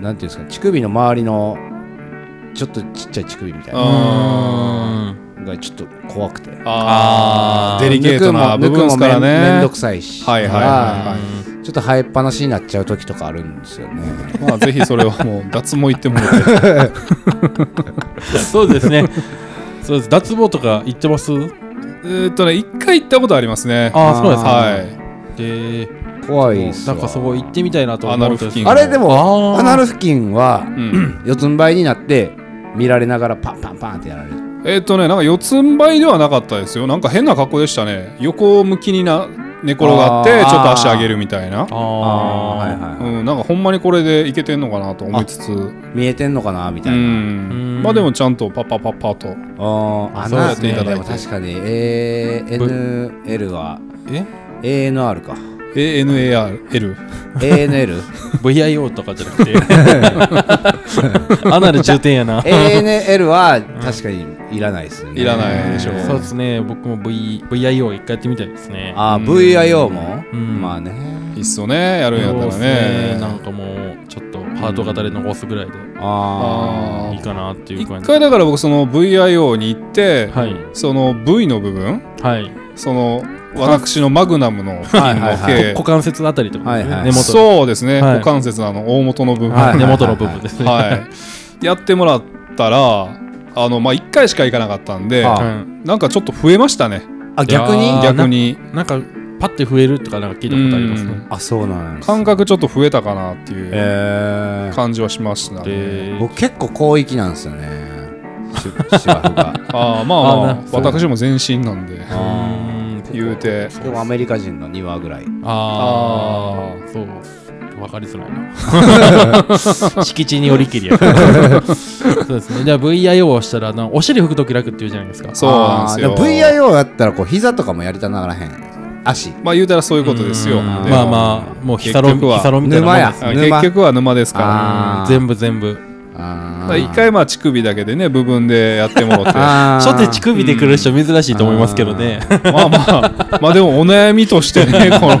Speaker 2: なんていうんですか乳首の周りのちょっとちっちゃい乳首みたいな
Speaker 4: あ
Speaker 2: のがちょっと怖くて
Speaker 4: いあ
Speaker 3: あ
Speaker 4: あ
Speaker 3: ー
Speaker 4: デリケートな部分ですから
Speaker 2: めんめん
Speaker 4: ね
Speaker 2: どくさいし、
Speaker 4: はいはいは
Speaker 2: だからちょっと生えっぱなしになっちゃう時とかあるんですよね
Speaker 4: まあぜひそれはもう脱毛行ってもらって
Speaker 3: そうですねそうです脱帽とか行ってます
Speaker 4: えーっとね一回行ったことありますね
Speaker 3: ああそうですね
Speaker 4: はい
Speaker 3: で
Speaker 2: 怖いっす
Speaker 3: な
Speaker 2: わ
Speaker 3: んかそこ行ってみたいなと思
Speaker 4: アナル
Speaker 3: う
Speaker 4: 付
Speaker 3: て
Speaker 4: 近
Speaker 2: あれで
Speaker 3: あ
Speaker 2: も
Speaker 3: ー
Speaker 2: アナル付近は
Speaker 4: うん
Speaker 2: 四つん這いになって見られながらパンパンパンってやられる
Speaker 4: えーっとねなんか四つん這いではなかったですよなんか変な格好でしたね横向きにな寝転がってち
Speaker 2: あ
Speaker 4: ょ
Speaker 2: ー
Speaker 4: っと足上げるみたいな
Speaker 3: ああー
Speaker 2: ーはいはい
Speaker 4: うん、なんかほんまにこれでいけてんのかなと思いつつう
Speaker 2: 見えてんのかなみたいな、
Speaker 4: ん
Speaker 3: ん
Speaker 4: まあでもちゃんとパッパッパッパッと
Speaker 2: あー
Speaker 3: そう
Speaker 2: 穴
Speaker 3: ですね
Speaker 2: ねでも確かに、えー、NL は
Speaker 3: え
Speaker 2: ANR か
Speaker 4: ANARL
Speaker 2: ANL?
Speaker 3: VIO とかじゃなくてアナル重点やな
Speaker 2: ANL は確かにいらないですね
Speaker 4: いらないでしょ
Speaker 3: そうですね僕も、v、VIO 一回やってみたいですね
Speaker 2: あー VIO も、
Speaker 3: うん
Speaker 2: まあね
Speaker 4: いいっそねやるんやったら
Speaker 3: そうっすな
Speaker 4: ね
Speaker 3: んかもうちょっとハート型で残すぐらいで
Speaker 2: あ
Speaker 4: あ
Speaker 3: いいかなっていう
Speaker 4: 一
Speaker 3: 感じ
Speaker 4: 回だから僕その VIO に行って、
Speaker 3: はい
Speaker 4: その V の部分
Speaker 3: はい
Speaker 4: その私のマグナムの付近
Speaker 2: はい
Speaker 4: の
Speaker 2: はい
Speaker 4: 毛
Speaker 3: 股関節あたりってことか、ね
Speaker 2: はいはい
Speaker 3: 根元の
Speaker 4: そうですね、
Speaker 3: はい
Speaker 4: 股関節のあの大元の部分
Speaker 2: はい
Speaker 4: は
Speaker 3: 根元の部分です
Speaker 4: い、
Speaker 3: ね
Speaker 4: やってもらったらあのまあ1回しか行かなかったんで
Speaker 2: あ
Speaker 3: うん
Speaker 4: なんかちょっと増えましたね
Speaker 2: ーあ逆
Speaker 3: いや
Speaker 2: に
Speaker 3: ー
Speaker 4: 逆に
Speaker 3: なんかパッて増えるとかなんか聞いたことあります
Speaker 4: う
Speaker 3: ね
Speaker 4: ん
Speaker 2: あそうなんです
Speaker 4: 感覚ちょっと増えたかなっていう、
Speaker 2: えー
Speaker 4: 感じはしましたね。
Speaker 3: で
Speaker 2: 僕結構広域なんですよねし芝生 が
Speaker 4: ああまあまあ
Speaker 3: あ
Speaker 2: な
Speaker 4: 私も全身なんで
Speaker 3: う
Speaker 2: あ
Speaker 3: ーん
Speaker 4: 言うて
Speaker 2: ーでもアメリカ人の2話ぐらい
Speaker 3: あ
Speaker 4: あ
Speaker 3: あそう分かりづらいな敷地によりきりやからそうですねじゃあ VIO をしたらなお尻拭くとき楽って言うじゃないですか
Speaker 4: そうなんですよ。
Speaker 2: あーも VIO やったらこう膝とかもやりたならへん足
Speaker 4: まあ言うたらそういうことですよ。
Speaker 3: ん
Speaker 2: で
Speaker 3: まあまあもうヒサロ
Speaker 4: 結局は
Speaker 3: ヒサロみたいなもんです
Speaker 4: あ
Speaker 2: 沼や
Speaker 4: 結局は沼ですか
Speaker 3: うん全部全部
Speaker 4: ら。
Speaker 2: あ
Speaker 4: だから
Speaker 2: ー
Speaker 4: 一回まあ乳首だけでね部分でやってもろてまあ
Speaker 2: あ
Speaker 3: 初手乳首で来る人珍しいと思いますけどね
Speaker 4: まあまあでもお悩みとしてねこの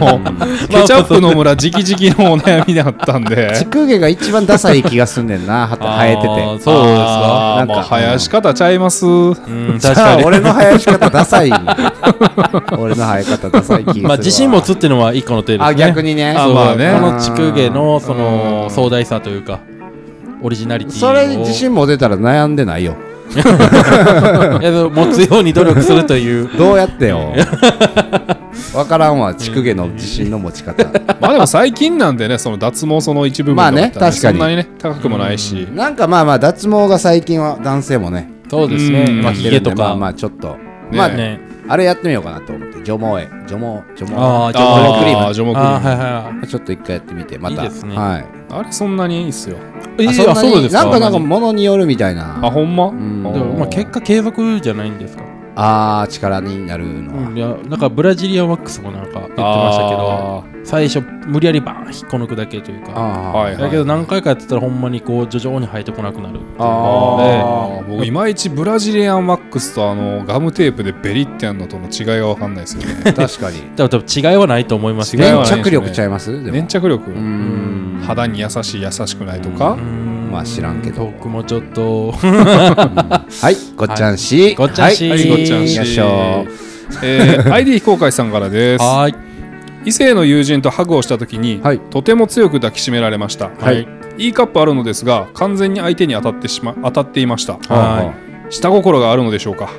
Speaker 4: ケチャップの村直々のお悩みだったんで
Speaker 2: 乳首が一番ダサい気がすんね んなはた生えてて
Speaker 3: あーそうですか
Speaker 4: あー
Speaker 2: なんか
Speaker 4: まあ生やし方ちゃいます
Speaker 3: うん
Speaker 2: じ
Speaker 3: 確
Speaker 2: ゃ
Speaker 3: か
Speaker 2: あ
Speaker 3: に
Speaker 2: 俺の生やし方ダ サいね俺の生え方ダサい気がするわ
Speaker 3: まあ自信持つっていうのは一個の手ですね
Speaker 2: あ逆にね
Speaker 4: あ
Speaker 3: そう
Speaker 4: まあね
Speaker 3: この地区芸のそ
Speaker 4: うん
Speaker 3: の壮大さというかオリジナリティを
Speaker 2: それに自信持てたら悩んでないよ
Speaker 3: いやでも持つように努力すると いう
Speaker 2: どうやっ てよわからんわ乳首の自信の持ち方
Speaker 4: まあでも最近なんでねその脱毛その一部分
Speaker 2: まあね
Speaker 4: だったら
Speaker 2: 確かに
Speaker 4: そんなにね高くもないし
Speaker 2: なんかまあまあ脱毛が最近は男性もね
Speaker 3: そうです
Speaker 4: う
Speaker 3: ね
Speaker 4: ん
Speaker 3: まあ
Speaker 2: やっ
Speaker 3: ヒ
Speaker 2: てる
Speaker 3: ゲ
Speaker 2: んで
Speaker 3: と
Speaker 2: まあ
Speaker 3: か
Speaker 2: まあちょっとまあ
Speaker 4: ね
Speaker 3: ね
Speaker 2: あれやってみようかなと思って除毛へ除毛除毛
Speaker 3: あー
Speaker 2: 除毛クリーム
Speaker 4: あー除毛クリーム
Speaker 3: あーはいは
Speaker 2: ちょっと一回やってみてまた
Speaker 3: いいですね
Speaker 2: はい
Speaker 4: あれそんなにいいっすよ。
Speaker 3: い
Speaker 2: あ
Speaker 3: はい
Speaker 2: そんなに
Speaker 3: そうです
Speaker 2: なんかなんか
Speaker 3: で
Speaker 2: 物によるみたい
Speaker 4: あ、
Speaker 2: な
Speaker 4: ほんま
Speaker 2: んで
Speaker 3: もまあ結果継続じゃないんですか
Speaker 2: あー力になるのは、
Speaker 3: うんいやなんかブラジリアンワックスもなんか言ってましたけど最初無理やりバーン引っこ抜くだけというか
Speaker 2: あー
Speaker 4: はい
Speaker 3: だけど何回かやってたらほんまにこう徐々に生えてこなくなるっていう
Speaker 2: あ
Speaker 3: の
Speaker 4: あー僕いまいちブラジリアンワックスとあのガムテープでベリってやるのとの違いがわかんないですよね
Speaker 2: 確かに
Speaker 3: ででも多分違いはないと思いますけ
Speaker 4: 違い
Speaker 3: ど
Speaker 2: 粘
Speaker 4: はない
Speaker 2: 着力ちゃいますでも
Speaker 4: 粘着力
Speaker 2: うーん
Speaker 4: 肌に優しい優しくないとか
Speaker 3: うん
Speaker 2: まあ知らんけど
Speaker 3: 僕もちょっと
Speaker 2: はいごっちゃんし
Speaker 3: ごっちゃんし
Speaker 2: は
Speaker 4: はいい
Speaker 2: ご
Speaker 4: ご
Speaker 2: っ
Speaker 4: っ
Speaker 2: ち
Speaker 4: ち
Speaker 2: ゃ
Speaker 4: ゃ
Speaker 2: ん
Speaker 4: ん
Speaker 2: し
Speaker 4: し
Speaker 2: よいしょ
Speaker 4: えー ID 非公開さんからです
Speaker 3: はーい
Speaker 4: 異性の友人とハグをした時に
Speaker 2: はい
Speaker 4: とても強く抱きしめられました
Speaker 2: はい
Speaker 4: いいカップあるのですが完全に相手に当たってしま当たっていました
Speaker 3: は
Speaker 2: は
Speaker 4: 下心があるのでしょうか
Speaker 3: は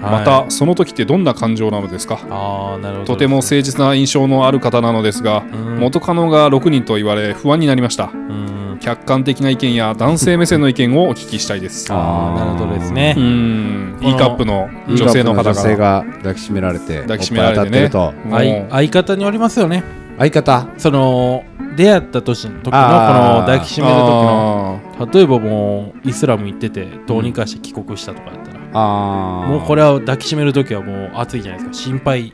Speaker 3: はい
Speaker 4: またその時ってどんな感情なのですか
Speaker 3: ああなるほど
Speaker 4: とても誠実な印象のある方なのですが
Speaker 3: ん
Speaker 4: 元カノが6人と言われ不安になりました
Speaker 3: うん
Speaker 4: 客観的な意見や男性目線の意見をお聞きしたいですう
Speaker 3: ああなるほどですね、
Speaker 4: ん
Speaker 3: この
Speaker 4: E カップの女性の方
Speaker 2: 女性が
Speaker 4: が
Speaker 2: 抱きしめられて
Speaker 4: 抱きしめられて
Speaker 2: お
Speaker 4: ね
Speaker 2: っぱい当たってる
Speaker 4: もう
Speaker 3: 相相方におりますよね
Speaker 2: と相方
Speaker 3: その出会った年の時のこの
Speaker 2: あー
Speaker 3: 抱きしめる時の
Speaker 4: あー
Speaker 3: 例えばもうイスラム行っててどうにかして帰国したとかだったら、
Speaker 2: ああ
Speaker 3: もうこ
Speaker 2: れ
Speaker 3: れは抱きしめる時はもう熱いじゃないですか心配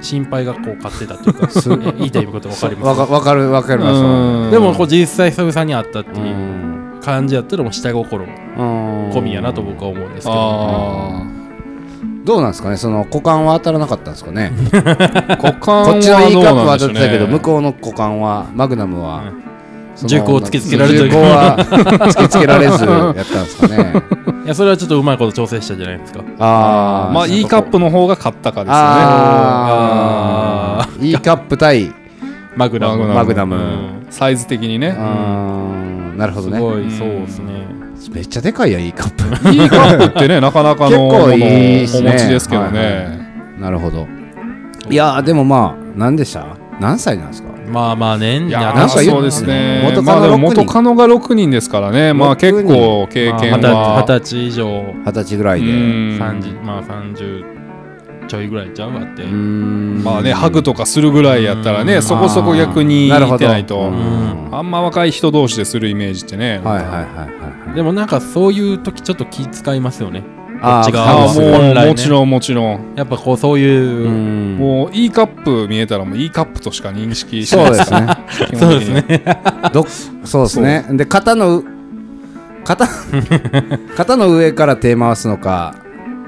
Speaker 3: 心配がこう勝ってたと いうかえ言いたいこと分かりま
Speaker 2: わ
Speaker 3: す
Speaker 2: かわかるわかります
Speaker 4: うん
Speaker 3: で もこう実際久々に会ったって
Speaker 2: う
Speaker 3: いうん感じやったらもう下心
Speaker 2: 込
Speaker 3: 込みやなと僕は思うんですけど
Speaker 4: あ
Speaker 2: どうなんですかねその股間は当たらなかったんですかね
Speaker 4: ー股間
Speaker 2: こっちの
Speaker 4: は
Speaker 2: E
Speaker 4: どう
Speaker 2: カップ
Speaker 4: な
Speaker 2: は当
Speaker 4: んでしたょ
Speaker 2: っ
Speaker 4: う
Speaker 2: てたけど向
Speaker 4: ね
Speaker 2: こうの股間はマグナムは、その
Speaker 3: 銃口を突きつけられるとい
Speaker 2: 銃
Speaker 3: う
Speaker 2: 口は突きつけられずやったんですか ね
Speaker 3: いやそれはちょっとうまいこと調整したじゃないですか
Speaker 2: ああ
Speaker 4: まあ E カップの方が勝ったかですよね
Speaker 2: ああ E カップ対
Speaker 3: マグナム
Speaker 2: マグナム
Speaker 4: うんサイズ的にね
Speaker 2: あーなるほど
Speaker 3: す
Speaker 2: ね
Speaker 3: ごい
Speaker 4: うん
Speaker 3: そうですね
Speaker 2: めっちゃでかいや E カップ
Speaker 4: E カップって ねなかなか
Speaker 2: 結
Speaker 4: のも
Speaker 2: 構
Speaker 4: の
Speaker 2: いいっ
Speaker 4: を
Speaker 2: す
Speaker 4: お
Speaker 2: ね
Speaker 4: 持ちですけど
Speaker 2: はいはい
Speaker 4: ね
Speaker 2: なるほどいやーでもまあ何でした何歳なんですか
Speaker 3: まあまあ年
Speaker 4: い
Speaker 3: に
Speaker 4: や
Speaker 2: な
Speaker 4: ー
Speaker 2: んか
Speaker 3: た
Speaker 2: 言う
Speaker 4: そうですね
Speaker 2: 元
Speaker 4: ま
Speaker 2: カノ
Speaker 4: あでも
Speaker 2: 六人
Speaker 4: 元カノが6人ですからねまあ
Speaker 2: 六人
Speaker 4: 結構経験
Speaker 3: まあ
Speaker 4: は
Speaker 3: 二十歳以上
Speaker 2: 二十歳ぐらいで
Speaker 4: うん
Speaker 3: 30まあ30ちょいぐらいちゃうあって
Speaker 2: うーん
Speaker 4: まあねハグとかするぐらいやったら
Speaker 3: う
Speaker 4: ね
Speaker 3: ん
Speaker 4: そこそこ逆に
Speaker 2: あーなる
Speaker 4: 行
Speaker 2: ほ
Speaker 4: って
Speaker 2: ど
Speaker 4: ないと
Speaker 3: ん
Speaker 4: あんま若い人同士でするイメージってね
Speaker 2: はいはいはいはいはい
Speaker 3: でもなんかそういう時ちょっと気使いますよね
Speaker 2: あ
Speaker 3: こっち側
Speaker 2: ハ
Speaker 4: あ
Speaker 2: グ
Speaker 4: あ
Speaker 2: する
Speaker 3: 本来
Speaker 4: もう
Speaker 3: ね
Speaker 4: もちろんもちろん
Speaker 3: やっぱこうそう
Speaker 2: う
Speaker 3: いう、
Speaker 2: ん
Speaker 4: もう E カップ見えたらもう E カップとしか認識して
Speaker 2: そ
Speaker 4: な
Speaker 2: う
Speaker 4: い
Speaker 2: ですね
Speaker 4: 基本的には
Speaker 2: どそうですねで肩の 肩肩の上から手回すのか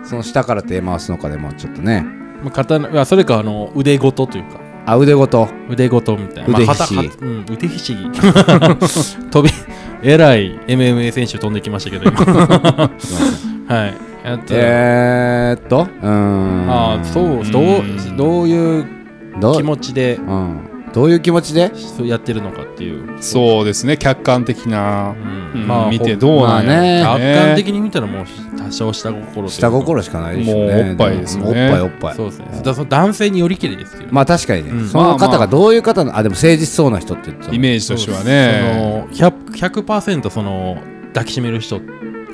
Speaker 2: その下から手回すのかでもちょっとね
Speaker 3: まあ、刀いやそれかあの腕ごとというか
Speaker 2: あ腕ごと
Speaker 3: 腕ごとみたいな
Speaker 2: 腕ひしぎ
Speaker 3: まあ旗うん、腕ひしぎ 飛びえらい MMA 選手飛んできましたけど今はいやったら
Speaker 2: えー、っとうーん
Speaker 3: ああそうど
Speaker 4: うん
Speaker 3: うどういう
Speaker 2: どう
Speaker 3: 気持ちで
Speaker 2: うん、どういう気持ちで
Speaker 3: そうやってるのかっていう、
Speaker 4: そうですね客観的な
Speaker 3: うん
Speaker 4: うん
Speaker 3: まあ
Speaker 4: 見て
Speaker 3: ほ
Speaker 4: どうなんやろう
Speaker 2: ま
Speaker 4: ね
Speaker 3: 客観的に見たらもう多少下心というか
Speaker 2: 下心しかないでしょうね
Speaker 4: もうおっぱいですよね
Speaker 2: おっぱいおっぱい
Speaker 3: そうですねだからその男性によりきりですけど、
Speaker 2: まあ確かにね、
Speaker 3: うん
Speaker 2: その方がどういう方のあでも誠実そうな人って言ってた
Speaker 4: イメージとしてはね
Speaker 3: その 100%, 100その抱きしめる人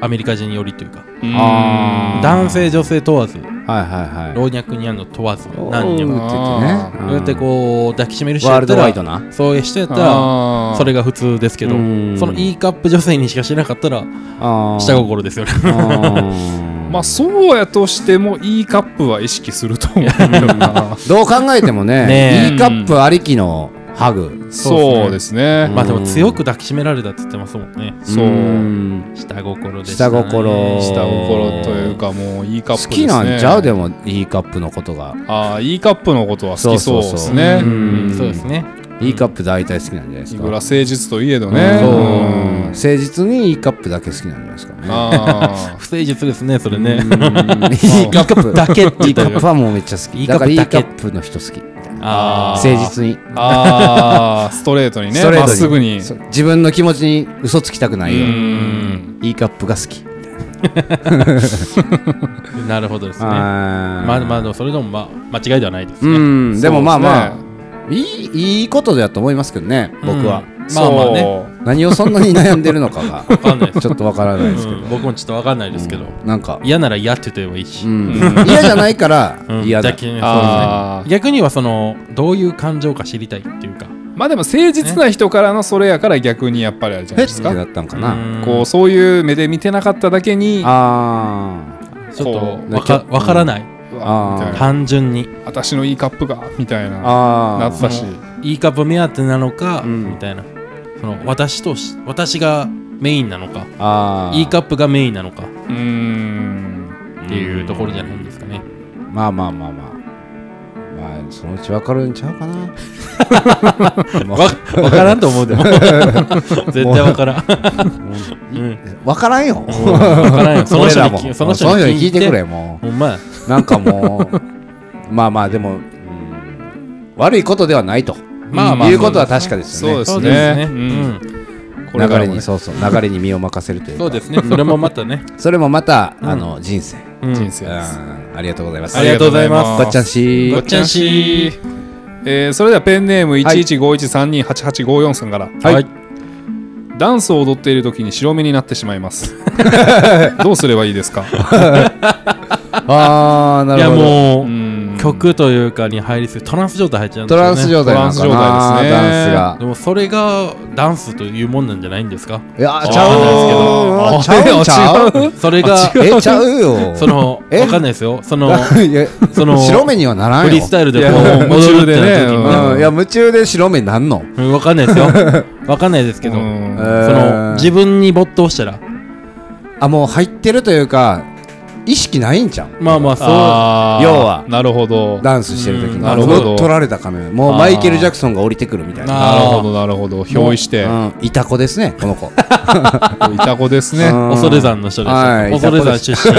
Speaker 3: アメリカ人によりというか
Speaker 4: うん
Speaker 2: あー
Speaker 3: 男性女性問わず
Speaker 2: はいはいはい
Speaker 3: 老若にあるの問わず何に
Speaker 2: う
Speaker 3: も
Speaker 2: んって
Speaker 3: そ
Speaker 2: 言
Speaker 3: うや
Speaker 2: っ
Speaker 3: ってて
Speaker 2: ね、
Speaker 3: こう抱きしめる
Speaker 2: うん
Speaker 3: 人
Speaker 2: ワ
Speaker 3: やっ
Speaker 2: ール
Speaker 3: た
Speaker 2: ドワイド
Speaker 3: ら
Speaker 2: な
Speaker 3: そういう人やったら
Speaker 4: あー
Speaker 3: それが普通ですけど
Speaker 2: うん
Speaker 3: その E カップ女性にしかしなかったら
Speaker 2: あー
Speaker 3: 下心ですよね
Speaker 2: あー
Speaker 4: まあそうやとしても E カップは意識すると思うけど な
Speaker 2: どう考えてもね
Speaker 3: ね
Speaker 4: え
Speaker 2: E カップありきのハグ
Speaker 4: そうですね
Speaker 3: まあでも強く抱きしめられたって言ってますもんね
Speaker 4: そうん
Speaker 3: 下心で
Speaker 2: 下心
Speaker 4: 下心というかもう E カップです
Speaker 2: 好
Speaker 4: ね
Speaker 2: きなんちゃうでも E カップのことが
Speaker 4: ああ E カップのことは好きそうですね
Speaker 2: そうそうそううん
Speaker 3: そうですね
Speaker 2: E カップ大体好きなんじゃないです
Speaker 4: い
Speaker 2: か
Speaker 4: くら誠実といえどね
Speaker 2: そう
Speaker 4: うん
Speaker 2: 誠実に E カップだけ好きなんじゃないですかね
Speaker 4: あ
Speaker 3: 不誠実ですねそれね
Speaker 2: うん E カップ
Speaker 3: だけって言
Speaker 2: E
Speaker 3: っ
Speaker 2: カ
Speaker 3: た
Speaker 2: ップはもうめっちゃ好き
Speaker 3: E
Speaker 2: だから E
Speaker 3: カ
Speaker 2: カ
Speaker 3: ップだけ
Speaker 2: ップの人好き
Speaker 3: あ
Speaker 2: 誠実に
Speaker 4: ーあーストレートにね
Speaker 2: ストレートに
Speaker 4: まっすぐに
Speaker 2: そう自分の気持ちに嘘つきたくな
Speaker 4: う
Speaker 2: いよ
Speaker 4: ん
Speaker 2: E カップが好き
Speaker 3: 実なるほどですねま
Speaker 2: ま
Speaker 3: あまあでもそれでもまあ間違いではないです
Speaker 2: う
Speaker 3: ね
Speaker 2: んでもまあまあ
Speaker 4: そうですね
Speaker 2: いいいいことだと思いますけどね僕は
Speaker 3: うんまあまあね
Speaker 4: そう
Speaker 2: 何をそんなに悩んでるの かが
Speaker 3: わかんないです
Speaker 2: ちょっとわからないですけ
Speaker 3: うん僕もちょっとわかんないですけど
Speaker 2: どなんか
Speaker 3: 嫌なら嫌って言えばいいし
Speaker 2: うん嫌じゃないから
Speaker 3: うん
Speaker 2: 嫌だ
Speaker 3: 抱きしめるそうですね
Speaker 4: あー
Speaker 3: 逆にはそのどういう感情か知りたいっていうか
Speaker 4: まあでも誠実な人からのそれやから逆にやっぱりあれじゃな
Speaker 2: え
Speaker 4: い
Speaker 2: っ
Speaker 4: で
Speaker 2: て
Speaker 4: す
Speaker 2: だ
Speaker 4: か
Speaker 2: ったんかな
Speaker 4: こうそういう目で見てなかっただけに
Speaker 2: あ
Speaker 3: うちょ
Speaker 4: こ
Speaker 3: っ
Speaker 4: う
Speaker 3: とわかわからない、
Speaker 4: うわみたいな
Speaker 3: 単純に
Speaker 4: 私のいいカップがみたい
Speaker 2: ー
Speaker 4: なな
Speaker 2: あ
Speaker 4: っ
Speaker 2: ー
Speaker 4: たし
Speaker 3: いいカップ目当てなのか、
Speaker 2: うん
Speaker 3: みたいなその私とし私がメインなのか
Speaker 2: あー
Speaker 3: いいカップがメインなのか
Speaker 4: うーん
Speaker 3: っていうところじゃないんですかね
Speaker 2: まあまあまあまあまあそのうちわかるんちゃうかなもう
Speaker 3: わわからんと思うでも 絶対わからん
Speaker 2: わからんよ
Speaker 3: わからんよその
Speaker 2: 俺
Speaker 3: 人
Speaker 2: ら
Speaker 3: に
Speaker 2: も
Speaker 3: 聞
Speaker 2: う
Speaker 3: い
Speaker 2: ん
Speaker 3: そ
Speaker 2: そ
Speaker 3: の
Speaker 2: の
Speaker 3: 人
Speaker 2: 人
Speaker 3: に
Speaker 2: に
Speaker 3: 聞
Speaker 2: 聞
Speaker 3: い
Speaker 2: い
Speaker 3: て
Speaker 2: てくれも
Speaker 3: ほんまや
Speaker 2: うなんか もうまあまあでもうん悪いことではないと
Speaker 3: まあまあ
Speaker 2: いうことは確かですよ
Speaker 4: そう
Speaker 2: ね
Speaker 4: ですね
Speaker 3: そうですね、う
Speaker 4: う
Speaker 3: ん
Speaker 4: これ
Speaker 2: 流
Speaker 4: から
Speaker 2: れ
Speaker 4: もね
Speaker 2: にそうそう流れに身を任せるというか
Speaker 3: そうですねそれもまたね
Speaker 2: それもまたあの人生
Speaker 3: うん
Speaker 4: 人生
Speaker 2: う
Speaker 4: です。
Speaker 2: んありがとうございます
Speaker 3: ありがとうございます
Speaker 2: ごっちゃんし
Speaker 3: ご っちゃんし
Speaker 4: えーそれではペンネーム
Speaker 2: はい
Speaker 4: 1151328854さんから、
Speaker 3: はい、
Speaker 4: ダンスを踊っている時に白目になってしまいます どうすればいいですか
Speaker 2: ああないる
Speaker 3: や
Speaker 2: ほど
Speaker 3: も
Speaker 4: う
Speaker 3: う、
Speaker 4: ん
Speaker 3: 曲というかに入りすぎトランス状態入っちゃうんで
Speaker 2: ト
Speaker 3: すよ
Speaker 2: ラ
Speaker 3: ね
Speaker 2: ンス状態なのかな
Speaker 4: トランス状態ですね
Speaker 2: ダンスが
Speaker 3: でもそれがダンスというもんなんじゃないんですか
Speaker 2: いや
Speaker 3: ー
Speaker 2: ちゃうちゃうんちゃう
Speaker 3: それが
Speaker 2: えちゃうよ
Speaker 3: その
Speaker 2: え
Speaker 3: わかんないですよその
Speaker 2: いや
Speaker 3: その
Speaker 2: 白目にはならん
Speaker 3: フ
Speaker 2: よ
Speaker 3: リースタイルでこ
Speaker 4: いうやもう
Speaker 3: 踊るってな
Speaker 4: 夢中で
Speaker 3: った時に
Speaker 4: ね
Speaker 2: うんいや夢中で白目になんの
Speaker 3: うんわかんないですよわかんないですけど
Speaker 4: う
Speaker 3: そ
Speaker 4: ん
Speaker 3: の自
Speaker 2: 分
Speaker 3: 分に没頭したら
Speaker 2: あもう入ってるというか意識ないんちゃう
Speaker 3: まあまあそう
Speaker 4: あー
Speaker 2: 要は
Speaker 4: なるほど
Speaker 2: ダンスしてる時
Speaker 3: うん
Speaker 2: に
Speaker 4: なるほど
Speaker 2: 乗っ取られたかのようにもうマイケル・ジャクソンが降りてくるみたいな
Speaker 4: なるほどなるほど憑依して
Speaker 2: うんいた子ですねこの 子
Speaker 4: いた子ですね
Speaker 2: うん
Speaker 3: 恐山の人です
Speaker 2: は
Speaker 3: よ
Speaker 2: い
Speaker 3: 恐山出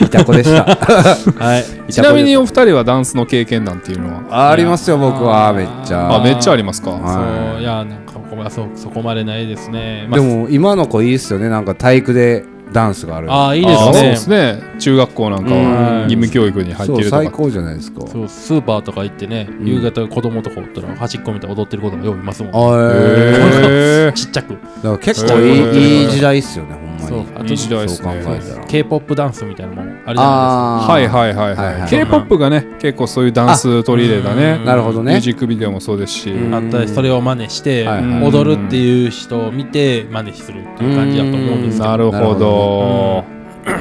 Speaker 3: 身
Speaker 2: いた子で した
Speaker 3: はい
Speaker 4: ちなみにお二人はダンスの経験なんていうのは
Speaker 2: ありますよ僕はめっち
Speaker 3: あー
Speaker 2: ゃ
Speaker 4: あめっちゃあります
Speaker 2: はい
Speaker 4: か
Speaker 3: そういやなんかここはそうそこまでないですねまあ
Speaker 2: でも今の子いいっすよねなんか体育でダンスがある
Speaker 3: ああいい
Speaker 4: あーそう
Speaker 3: で
Speaker 4: ですす
Speaker 3: ね
Speaker 4: ね中学校なんか
Speaker 3: うん
Speaker 4: は義務教育に
Speaker 2: そ
Speaker 4: 入って
Speaker 2: う
Speaker 4: るとか
Speaker 2: 最高じゃないですか
Speaker 3: そうスーパーとか行ってね夕方子供とかおったら端っこ見て踊ってることがよういますもん
Speaker 2: あー
Speaker 4: へー
Speaker 3: ちっちゃく
Speaker 2: だから結構い
Speaker 4: へ
Speaker 2: い
Speaker 4: ー
Speaker 2: いい時代っすよねほんまに
Speaker 3: あ
Speaker 4: いい時
Speaker 3: と
Speaker 4: 代ですね
Speaker 2: そう考えたら
Speaker 3: K-POP ダンスみたいなのもあるじゃ
Speaker 2: あー
Speaker 4: はいはいはい
Speaker 2: はいは
Speaker 4: はいい K-POP がね結構そういうダンス取り入れたね
Speaker 2: なるほど
Speaker 4: ミュー
Speaker 2: ね
Speaker 4: ジックビデオもそうですし
Speaker 2: うん
Speaker 3: ないですかあったりそれを真似して
Speaker 2: はい
Speaker 4: はい
Speaker 3: 踊るっていう人を見て真似するっていう感じだと思うんですけ
Speaker 4: なる
Speaker 2: なる
Speaker 4: ほ
Speaker 2: ほ
Speaker 4: ど
Speaker 2: あー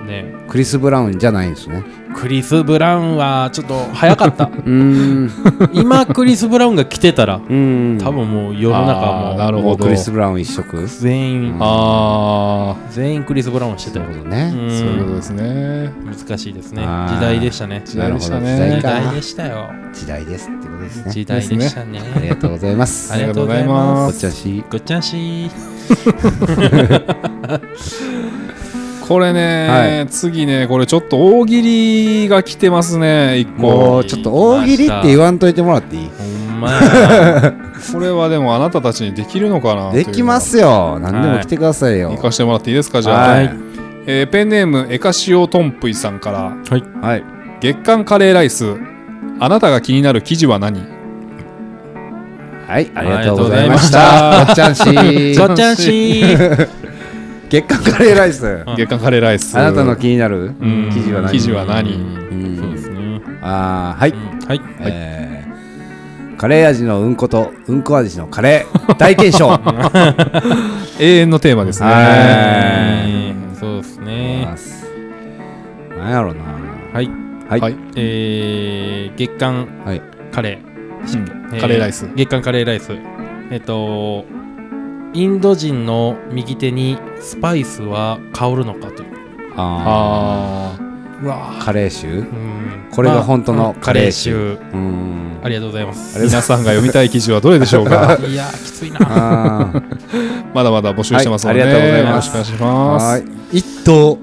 Speaker 3: どね
Speaker 2: クリス・ブラウンじゃないんですね
Speaker 3: クリス・ブラウンはちょっと早かった
Speaker 2: うーん
Speaker 3: 今クリス・ブラウンが来てたら
Speaker 2: うん
Speaker 3: 多分もう世の中
Speaker 4: あー
Speaker 3: はも
Speaker 4: なる
Speaker 2: も
Speaker 4: ほ
Speaker 2: う
Speaker 4: ど
Speaker 2: クリス・ブラウン一色
Speaker 3: う全員
Speaker 4: あ
Speaker 3: 全員クリス・ブラウンしてた
Speaker 2: な
Speaker 3: よ
Speaker 2: るほど
Speaker 3: う
Speaker 2: ね
Speaker 4: あそういうこと
Speaker 3: ん
Speaker 4: ですね
Speaker 3: 難しいですね
Speaker 2: あー
Speaker 3: 時代でしたね
Speaker 4: 時代でした
Speaker 2: なるほど
Speaker 4: ね
Speaker 3: 時
Speaker 2: 時代
Speaker 3: 代
Speaker 2: か
Speaker 3: でしたよ
Speaker 2: 時代ですってことですね
Speaker 3: 時代でしたね
Speaker 2: ありがとうございます
Speaker 3: あ り
Speaker 4: ね
Speaker 3: がとうござい
Speaker 2: ご
Speaker 3: ま
Speaker 2: っ
Speaker 3: す
Speaker 2: ちゃんし
Speaker 3: ごっちゃんし
Speaker 4: これね、
Speaker 2: は
Speaker 4: 次ねこれちょっと大喜利が来てますね一
Speaker 2: も
Speaker 4: 個
Speaker 2: うちょっと大喜利って言わんといてもらっていい
Speaker 3: ほんまや
Speaker 4: これはでもあなたたちにできるのかな
Speaker 2: できます
Speaker 4: よ
Speaker 2: よ何でも来てくださいよ
Speaker 4: 行かしてもらっていいですかじゃあ、
Speaker 2: はい
Speaker 4: えーペンネームエカシオトンプイさんから
Speaker 2: はい
Speaker 4: 月刊カレーライスあなたが気になる記事は何
Speaker 2: はい、ありがとうございました。
Speaker 3: あ
Speaker 2: ごっちゃんし
Speaker 3: ごっちゃんし
Speaker 2: 月刊カレーライス。
Speaker 4: 月刊カレーライス
Speaker 2: あなたの気になる
Speaker 4: うん
Speaker 2: 記事は何
Speaker 4: 記事は何
Speaker 2: ん
Speaker 3: そうですね
Speaker 2: あーはい、
Speaker 3: うんはい
Speaker 2: えーカレー味のうんことうんこ味のカ レー大検証は
Speaker 4: 永遠のテーマですね
Speaker 2: い
Speaker 3: うんそうです
Speaker 2: ま
Speaker 3: ね
Speaker 2: すなんやろうな
Speaker 3: はい
Speaker 2: はい、
Speaker 4: はい
Speaker 3: えー月刊
Speaker 2: はい
Speaker 3: カレー
Speaker 4: うん
Speaker 3: え
Speaker 4: カレーライス
Speaker 3: 月刊カレーライスえっとインド人の右手にスパイスは香るのかという
Speaker 2: あ
Speaker 4: あ
Speaker 3: うわ
Speaker 2: ーカレー臭
Speaker 3: うん
Speaker 2: これが本当の
Speaker 3: まあ
Speaker 2: カレー臭
Speaker 3: カレー臭
Speaker 2: うーん
Speaker 3: ありがとうございます
Speaker 4: ー皆さんが読みたい記事はどれでしょうか
Speaker 3: いやーきつい な
Speaker 2: あー
Speaker 4: まだまだ募集してますので、
Speaker 2: はいありがとうございます
Speaker 4: よろしくお願いし
Speaker 2: は
Speaker 4: ま
Speaker 2: ーい一等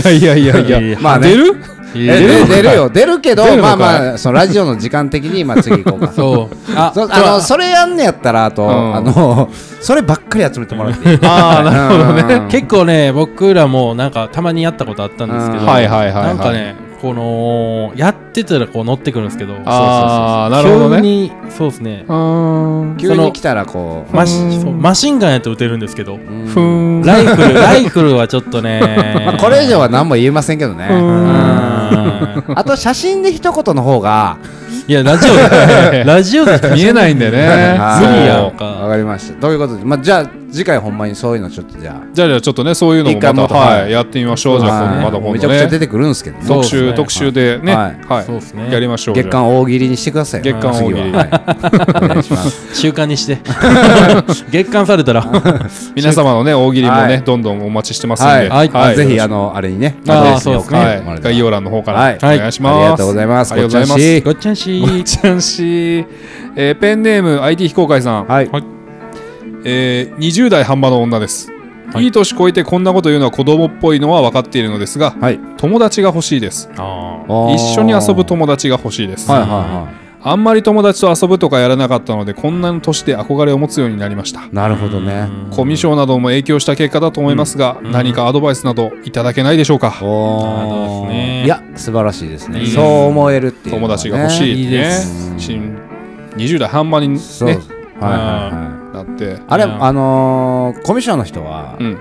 Speaker 4: すいやいやいやいや
Speaker 2: まあね
Speaker 4: 出る
Speaker 2: え
Speaker 4: 出
Speaker 2: 出
Speaker 4: る
Speaker 2: る出るよ出るけど
Speaker 4: 出るの
Speaker 2: ま
Speaker 4: か
Speaker 2: あ
Speaker 4: い
Speaker 2: まあそのラジオの時間的にまあ次行こうか
Speaker 3: そうあ
Speaker 2: そあのそれやんねやったらあと、
Speaker 4: ん
Speaker 2: あの そればっかり集めてもらっていい
Speaker 4: あ
Speaker 2: なるほどね
Speaker 3: 結構ね僕らもなんかたまにやったことあったんですけ
Speaker 4: あ
Speaker 3: ど
Speaker 2: うん
Speaker 4: はいはいはい、はい、
Speaker 3: なんかねこのやってたらこう乗ってくるんですけど
Speaker 4: あー
Speaker 3: そうそうそう
Speaker 4: なるほどね
Speaker 3: 急にそうですね
Speaker 4: うーん
Speaker 2: 急に来たらこう
Speaker 3: マシそうマシンガンやと撃てるんですけど
Speaker 2: うん
Speaker 4: ふーん
Speaker 3: ライフルライフルはちょっと
Speaker 2: ま
Speaker 3: ね
Speaker 2: あこれ以上は何も言えませんけどね
Speaker 3: うん
Speaker 2: あと写真で一言の方 が
Speaker 3: いやラジオ でラジオで
Speaker 4: 見え ないんでね
Speaker 2: はい
Speaker 3: 無理やん
Speaker 2: わ
Speaker 3: か
Speaker 2: かりましたということで、まあ、じゃあ次回ほんまにそういうのちょっとじゃ
Speaker 4: じゃあじゃあちょっとねそういうのも
Speaker 2: 一回
Speaker 4: ま
Speaker 2: もったと
Speaker 4: はい、
Speaker 2: はい
Speaker 4: やってみまし
Speaker 2: あ
Speaker 4: ょうじゃあ今
Speaker 2: は
Speaker 4: 度
Speaker 2: い
Speaker 4: まだ今
Speaker 2: めち
Speaker 4: 度
Speaker 2: ゃくちゃ出
Speaker 4: ね
Speaker 2: てくるんですけど
Speaker 3: そう
Speaker 2: ね
Speaker 4: 特集、
Speaker 3: そう
Speaker 4: 特集でね
Speaker 2: は
Speaker 4: はいい、
Speaker 3: そうですね
Speaker 4: やりましょう
Speaker 2: 月
Speaker 4: じゃ
Speaker 2: 間大喜利にしてくださいよ
Speaker 4: 月間大喜利
Speaker 2: 次ははいお願いします
Speaker 3: 週刊に して月刊されたら
Speaker 4: あ皆様のね大喜利もね、
Speaker 2: はい
Speaker 4: どんどんお待ちしてますん
Speaker 2: は
Speaker 4: で
Speaker 2: い、
Speaker 4: は
Speaker 2: はいいぜひあのあれにね
Speaker 3: あー
Speaker 2: アドレスに
Speaker 3: そうです
Speaker 2: 送
Speaker 3: ね
Speaker 2: っ
Speaker 4: は
Speaker 2: てもらえた
Speaker 4: い、
Speaker 2: ら
Speaker 4: 概要欄の方から、
Speaker 2: はい
Speaker 4: お願いします、
Speaker 2: ありがとうございます
Speaker 4: ありがとうございま
Speaker 2: こっちゃんし
Speaker 4: す
Speaker 3: ごっちゃんし
Speaker 4: ごっちゃんしえーペンネーム IT 非公開さん、
Speaker 2: はい
Speaker 4: えー20代半ばの女です、
Speaker 3: はい
Speaker 4: い、い年こいてこんなこと言うのは子供っぽいのは分かっているのですが
Speaker 2: はい
Speaker 4: 友達が欲しいです
Speaker 3: あー
Speaker 2: あー
Speaker 4: 一緒に遊ぶ友達が欲しいです、
Speaker 2: はいはいはい
Speaker 4: あんまり友達と遊ぶとかやらなかったのでこんな年で憧れを持つようになりました
Speaker 2: なるほどね
Speaker 4: コミュ障なども影響した結果だと思いますが、何かアドバイスなどいただけないでしょうか、
Speaker 2: お
Speaker 3: なるほどで
Speaker 2: お、
Speaker 3: すね
Speaker 2: いや素晴らしいですね
Speaker 3: いいね
Speaker 2: そう思えるっていうのは
Speaker 4: 友
Speaker 2: ね、
Speaker 4: 達が欲しい
Speaker 3: い
Speaker 4: っ
Speaker 3: い
Speaker 4: て
Speaker 3: で
Speaker 4: ね
Speaker 3: す
Speaker 4: 新20代半ばにね
Speaker 2: そう、はいはいはい
Speaker 4: なって
Speaker 2: あれ、
Speaker 3: うん
Speaker 2: あのーコミュ障の人は
Speaker 4: う、ん